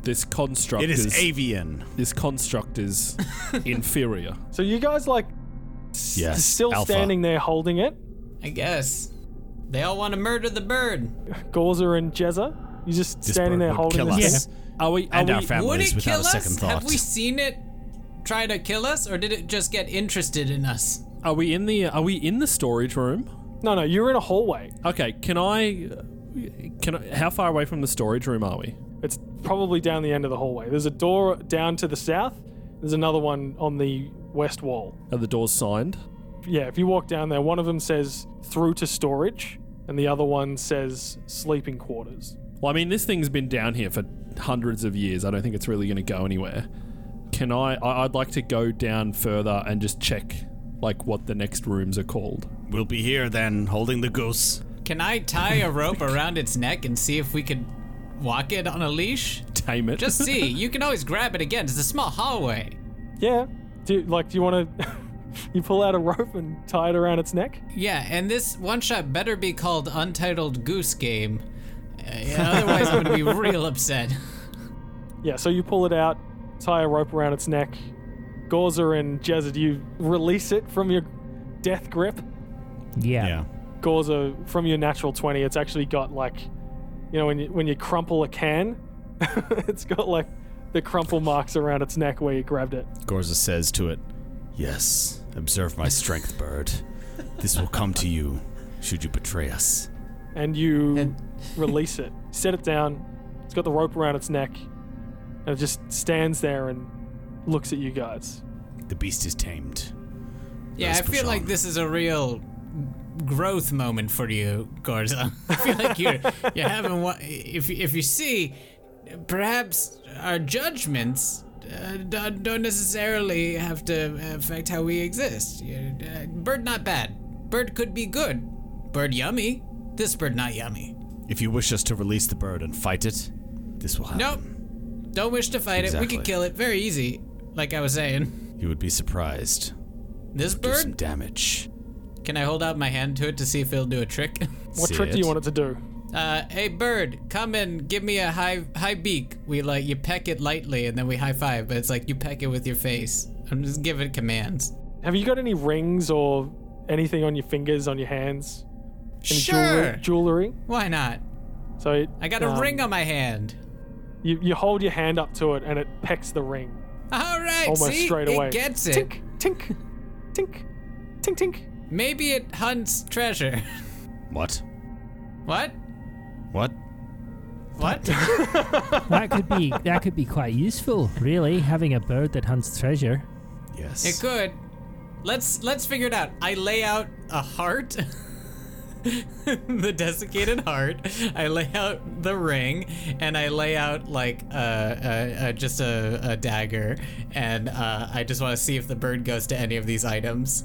F: This construct
D: It is
F: is
D: avian.
F: this construct is inferior.
B: So you guys like
D: Yes.
B: still
D: alpha.
B: standing there holding it,
C: I guess. They all want to murder the bird.
B: Gorza and Jezza. You just
D: This
B: standing
D: bird
B: there
D: would
B: holding
D: kill
B: this.
D: us.
B: thing.
F: Are we? Are
D: And
F: we
D: our families
C: Would it
D: without
C: kill
D: a second
C: us?
D: thought.
C: Have we seen it try to kill us, or did it just get interested in us?
F: are we in the? Are we in the storage room?
B: No, no, you're in a hallway.
F: Okay. Can I? Can I, how far away from the storage room are we?
B: It's probably down the end of the hallway. There's a door down to the south. There's another one on the west wall.
F: Are the doors signed?
B: yeah, if you walk down there, one of them says through to storage, and the other one says sleeping quarters.
F: Well, I mean, this thing's been down here for hundreds of years. I don't think it's really going to go anywhere. Can I, I? I'd like to go down further and just check, like, what the next rooms are called.
D: We'll be here then, holding the goose.
C: Can I tie a
D: [laughs]
C: rope around its neck and see if we could walk it on a leash?
F: Tame it.
C: Just
D: [laughs]
C: see. You can always grab it again. It's a small hallway.
B: Yeah. Do you, like, do you want to? [laughs] you pull out a rope and tie it around its neck.
C: Yeah, and this one shot better be called Untitled Goose Game. Uh, yeah, otherwise, I'm gonna be real upset.
B: Yeah. So you pull it out, tie a rope around its neck. Gorza and Jezza, do you release it from your death grip?
E: Yeah.
D: Yeah.
B: Gorza, from your natural twenty, it's actually got like, you know, when you when you crumple a can, [laughs] it's got like the crumple marks around its neck where you grabbed it.
D: Gorza says to it, Yes, observe my strength, bird. This will come to you should you betray us.
B: and you
C: And-
B: release it. Set it down. It's got the rope around its neck, and it just stands there and looks at you guys.
D: The beast is tamed.
C: Yeah,
D: Let's
C: I
D: push
C: feel like
D: on.
C: this is a real growth moment for you, Gorza. [laughs] I feel like you're you haven't. Wa- if if you see, perhaps our judgments uh, don't don't necessarily have to affect how we exist. You- uh, bird not bad. Bird could be good. Bird yummy. This bird not yummy.
D: If you wish us to release the bird and fight it, this will happen.
C: Nope. Don't wish to fight it. We could
D: Exactly.
C: kill it very easy. Like I was saying,
D: You would be surprised.
C: this
D: Do some
C: bird.
D: damage.
C: Can I hold out my hand to it to see if it'll do a trick? [laughs]
B: What
D: See
B: trick do
D: it?
B: you want it to do?
C: Uh, hey bird, come and give me a high high beak. We like you peck it lightly and then we high five, but it's like you peck it with your face. I'm just giving commands.
B: Have you got any rings or anything on your fingers, on your hands? Any jewelry? jewelry?
C: Why not?
B: So it,
C: I got a
B: um,
C: ring on my hand.
B: You, you hold your hand up to it and it pecks the ring.
C: All right,
B: Almost
C: see,
B: straight away.
C: it gets it.
B: Tink, tink, tink, tink, tink.
C: Maybe it hunts treasure. [laughs]
D: What?
C: what?
D: What?
B: [laughs]
C: What?
E: [laughs] That could be that could be quite useful, really, having a bird that hunts treasure.
D: Yes.
C: it could. Let's let's figure it out. I lay out a heart. [laughs] the desiccated heart. I lay out the ring, and I lay out like uh, uh, uh, just a, a dagger, and uh, I just want to see if the bird goes to any of these items.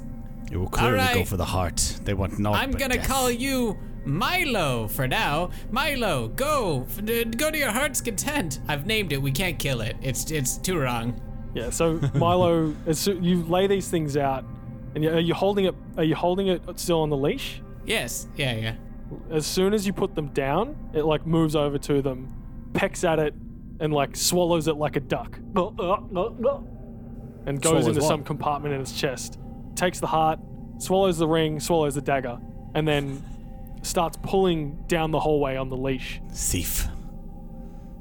D: It will clearly
C: All
D: go
C: right.
D: for the heart. They want naught
C: I'm
D: but
C: gonna
D: death.
C: call you Milo for now. Milo, go, F- d- go to your heart's content. I've named it. We can't kill it. It's it's too wrong.
B: Yeah. So
D: [laughs]
B: Milo, as so you lay these things out, and you, are you holding it? Are you holding it still on the leash?
C: Yes. Yeah. Yeah.
B: As soon as you put them down, it like moves over to them, pecks at it, and like swallows it like a duck, Uh, and goes
F: Swallows
B: into
F: what?
B: some compartment in its chest. Takes the heart, swallows the ring, swallows the dagger, and then starts pulling down the hallway on the leash.
D: Thief.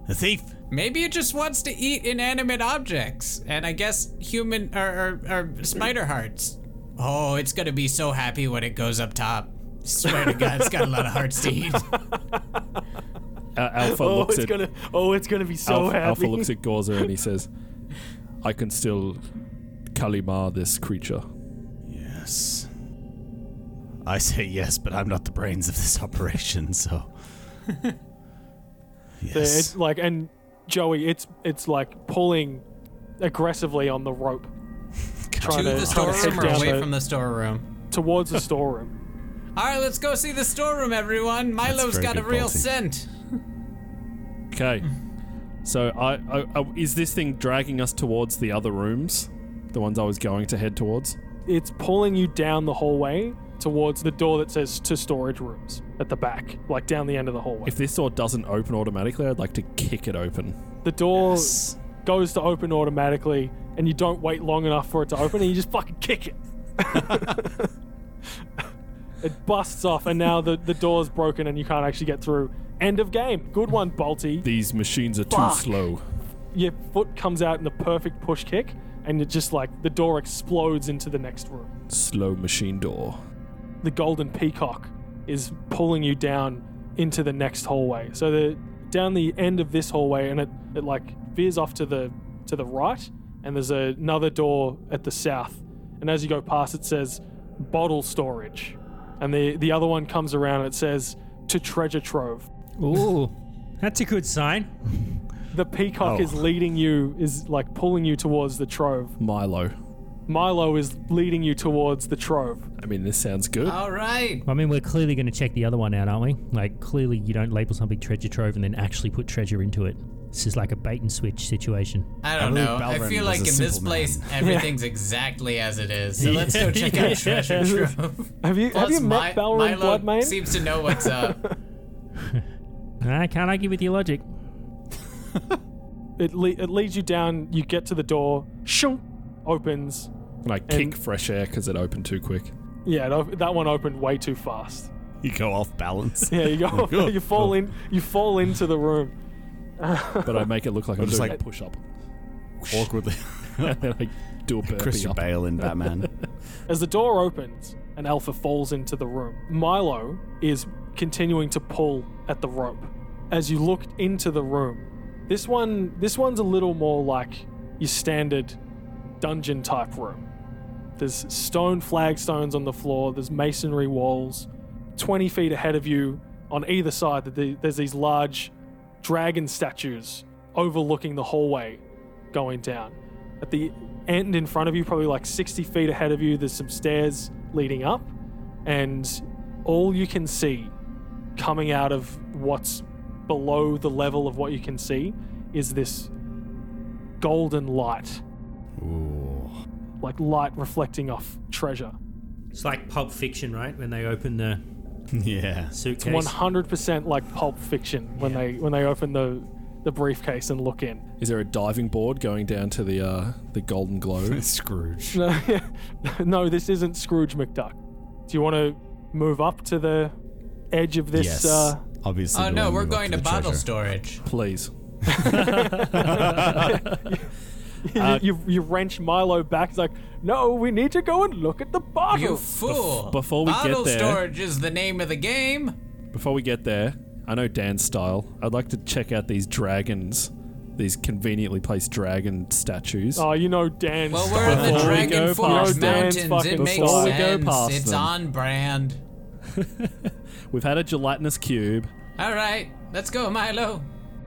D: A thief.
C: Maybe it just wants to eat inanimate objects, and I guess human or, or, or spider hearts. Oh, it's gonna be so happy when it goes up top. Swear to God, it's got a lot of hearts to eat.
F: [laughs] Uh, Alpha
B: Oh,
F: looks
B: it's
F: at
B: gonna! Oh, it's gonna be so
F: Alpha,
B: happy.
F: Alpha looks at Gorza and he says, "I can still Kalimar this creature."
D: Yes. I say yes, but I'm not the brains of this [laughs]
B: [laughs]
D: operation, so.
B: Yeah,
D: yes.
B: It's like and Joey, it's it's like pulling aggressively on the rope
C: to
B: trying to-
C: the
B: trying to
C: storeroom
B: sit
C: or
B: down
C: away
B: the-
C: from the storeroom.
B: towards
F: [laughs]
B: the storeroom.
C: All right, let's go see the storeroom, everyone. Milo's
D: very
C: got a
D: good,
C: real
D: Balti.
C: scent.
F: Okay. So, I, I, I is this thing dragging us towards the other rooms, the ones I was going to head towards?
B: It's pulling you down the hallway towards the door that says to storage rooms at the back, like down the end of the hallway.
F: If this door doesn't open automatically, I'd like to kick it open.
B: the door goes to open automatically and you don't wait long enough for it to open and you just fucking kick it. it busts off and now the, the door's broken and you can't actually get through. End of game. Good one, Balti.
F: These machines are too
B: Fuck.
F: slow.
B: your foot comes out in the perfect push kick and it just like the door explodes into the next room
F: Slow machine door.
B: the golden peacock is pulling you down into the next hallway so the down the end of this hallway and it, it like veers off to the to the right and there's another door at the south and as you go past it says bottle storage and the the other one comes around and it says to treasure trove
E: Ooh. [laughs] That's a good sign.
B: the peacock
D: Oh.
B: is leading you is like pulling you towards the trove
F: Milo.
B: Milo is leading you towards the trove.
F: I mean, this sounds good.
C: All right.
E: I mean, we're clearly going to check the other one out, aren't we? Like, clearly, you don't label something treasure trove and then actually put treasure into it. This is like a bait and switch situation.
C: I don't
D: believe
C: know. I
D: Balrin
C: feel like
D: was a
C: in this
D: simple [laughs]
C: place,
D: man.
C: everything's exactly as it is. So let's go check
D: [laughs]
E: Yeah.
C: out Treasure Trove.
B: Have you have
C: Plus,
B: you met
C: Mi-
B: Balrin
C: Milo
B: Bloodmane?
C: seems to know what's
D: [laughs]
C: up.
E: I can't argue with your logic.
B: it, le- it leads you down. You get to the door. Shoo! Opens.
F: And I kick fresh air because it opened too quick.
B: Yeah, it op- that one opened way too fast.
D: [laughs] You go off balance.
B: [laughs] Yeah, you go.
D: Cool,
B: you fall
D: cool.
B: in. You fall into the room.
F: But I make it look like I'm
D: just
F: doing
D: like-
F: a push up.
B: [laughs]
D: Awkwardly.
F: and then I do a burpee
D: Christian
F: up.
D: Bale in Batman.
B: As the door opens, an alpha falls into the room. Milo is continuing to pull at the rope. As you look into the room, this one this one's a little more like your standard dungeon type room. There's stone flagstones on the floor, there's masonry walls. 20 feet ahead of you on either side that the- there's these large dragon statues overlooking the hallway going down. At the end in front of you, probably like 60 feet ahead of you, there's some stairs leading up, and all you can see coming out of what's below the level of what you can see is this golden light,
D: Ooh.
B: like light reflecting off treasure.
E: It's like Pulp Fiction, right? When they open the
D: Yeah.
E: suitcase.
B: 100% like Pulp Fiction when they when they open the the briefcase and look in. [laughs]
F: Is there a diving board going down to the uh, the Golden Globe?
D: Scrooge.
B: No, no, this isn't Scrooge McDuck. Do you want to move up to the edge of this?
D: Yes.
B: Uh,
D: obviously.
C: Oh no,
D: belong
C: we're
D: locked
C: going to
D: the
C: bottle
D: treasure.
C: storage.
F: Please.
B: You, you, you wrench Milo back. He's like, no, we need to go and look at the bottle.
C: You fool!
F: before we get
C: bottle
F: there-
C: storage is the name of the game.
F: Before we get there, I know Dan's style. I'd like to check out these dragons, these conveniently placed dragon statues.
B: oh, you know Dan's
C: Well,
B: style.
C: we're in the
F: Before we
C: Dragon
F: go
C: Forge
F: past them.
C: Mountains. It
B: Fucking
C: makes
F: before we go
C: sense.
F: past
C: it's
F: them.
C: on brand.
F: We've had a gelatinous cube.
C: All right, let's go, Milo.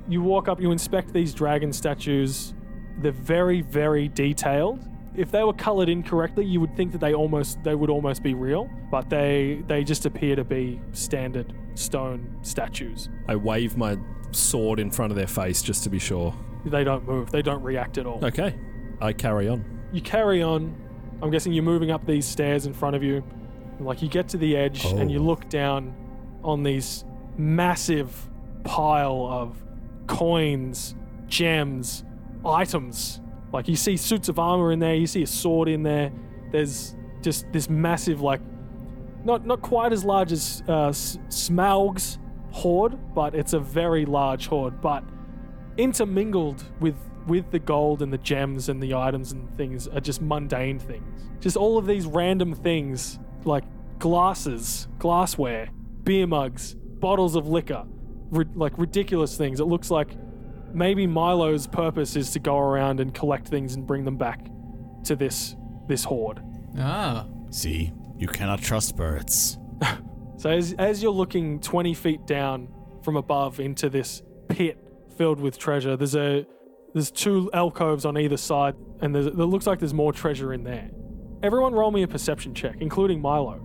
B: you walk up, you inspect these dragon statues. They're very, very detailed. If they were colored incorrectly, you would think that they almost they would almost be real, but they they just appear to be standard stone statues.
F: I wave my sword in front of their face just to be sure.
B: They don't move. They don't react at all.
F: Okay, I carry on.
B: You carry on. I'm guessing you're moving up these stairs in front of you. Like you get to the edge and you
D: Oh.
B: look down on these massive pile of coins, gems, items. Like you see suits of armor in there, you see a sword in there. There's just this massive, like, not not quite as large as uh, S- Smaug's hoard, but it's a very large hoard. But intermingled with with the gold and the gems and the items and things are just mundane things. Just all of these random things like glasses, glassware, beer mugs, bottles of liquor, ri- like ridiculous things. It looks like maybe Milo's purpose is to go around and collect things and bring them back to this this hoard.
C: Oh,
D: See, you cannot trust birds.
B: So as, as you're looking 20 feet down from above into this pit filled with treasure, there's a there's two alcoves on either side, and there's, it looks like there's more treasure in there. Everyone, roll me a perception check, including Milo.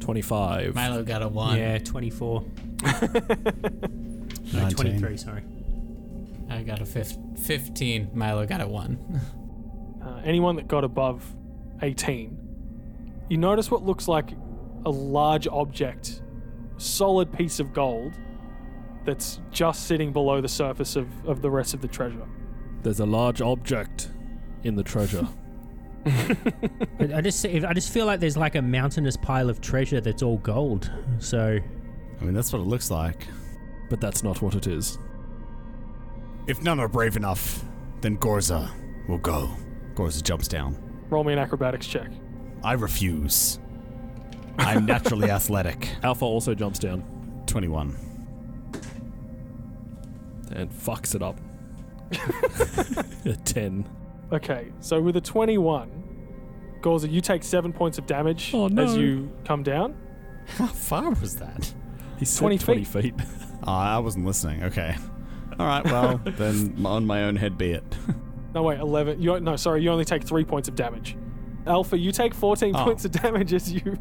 F: 25.
C: Milo got a one.
E: Yeah, 24. No,
D: 19.
E: 23, sorry.
C: I got a fif- fifteen. Milo got a one. [laughs]
B: Uh, anyone that got above 18, you notice what looks like a large object, solid piece of gold, that's just sitting below the surface of, of the rest of the treasure.
F: There's a large object in
B: [laughs]
F: the treasure.
E: But I just if- I just feel like there's like a mountainous pile of treasure that's all gold. So
D: I mean, that's what it looks like.
F: but that's not what it is.
D: If none are brave enough, then Gorza will go. Gorza jumps down.
B: Roll me an acrobatics check.
D: I refuse.
C: [laughs]
D: I'm naturally athletic.
F: Alpha also jumps down
D: 21.
F: and fucks
B: [laughs]
F: it up. [laughs] a 10.
B: Okay, so with a 21, Gorza, you take seven points of damage
F: Oh, no.
B: as you come down.
D: How far was that?
F: He said
B: 20
F: 20
B: feet.
F: feet.
D: Uh, I wasn't listening. Okay. All
C: [laughs]
D: right, well, then on my own head be it.
B: No, wait, 11. You, no, sorry, you only take three points of damage. Alpha, you take 14
D: Oh.
B: points of damage as you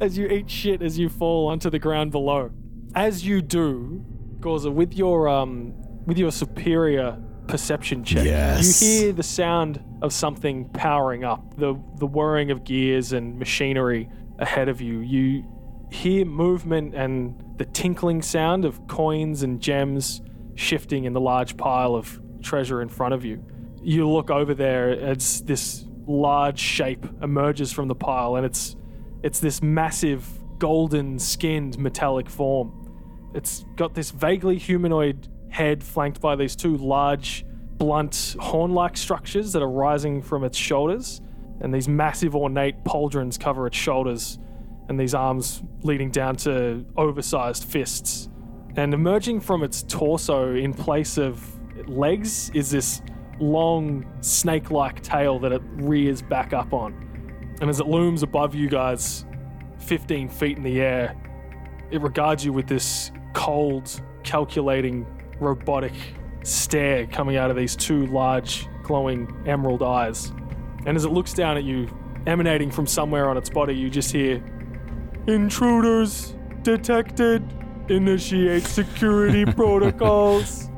B: as you eat shit as you fall onto the ground below. As you do, Gorza, with your um with your superior perception check,
D: Yes.
B: you hear the sound of something powering up. The the whirring of gears and machinery ahead of you. You hear movement and the tinkling sound of coins and gems shifting in the large pile of treasure in front of you. You look over there as this large shape emerges from the pile, and it's it's this massive golden skinned metallic form. It's got this vaguely humanoid head flanked by these two large, blunt, horn like structures that are rising from its shoulders, and these massive, ornate pauldrons cover its shoulders, and these arms leading down to oversized fists. And emerging from its torso in place of legs is this long, snake like tail that it rears back up on. And as it looms above you guys, 15 feet in the air, it regards you with this cold, calculating, robotic stare coming out of these two large, glowing emerald eyes. And as it looks down at you, emanating from somewhere on its body, you just hear Intruders detected. Initiate security protocols.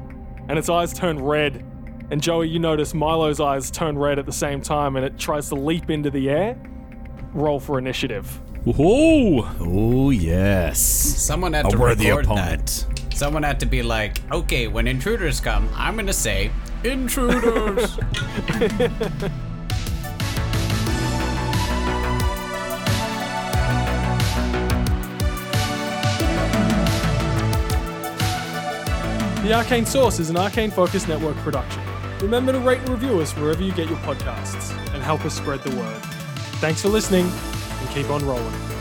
B: And its eyes turn red. And Joey, you notice Milo's eyes turn red at the same time and it tries to leap into the air. Roll for initiative.
F: Whoa!
D: Oh, yes.
C: Someone had
D: A
C: to
D: worthy
C: record
D: opponent.
C: that. Someone had to be like, okay, when intruders come, I'm gonna say intruders.
B: The Arcane Source is an Arcane Focus Network production. Remember to rate and review us wherever you get your podcasts and help us spread the word. Thanks for listening and keep on rolling.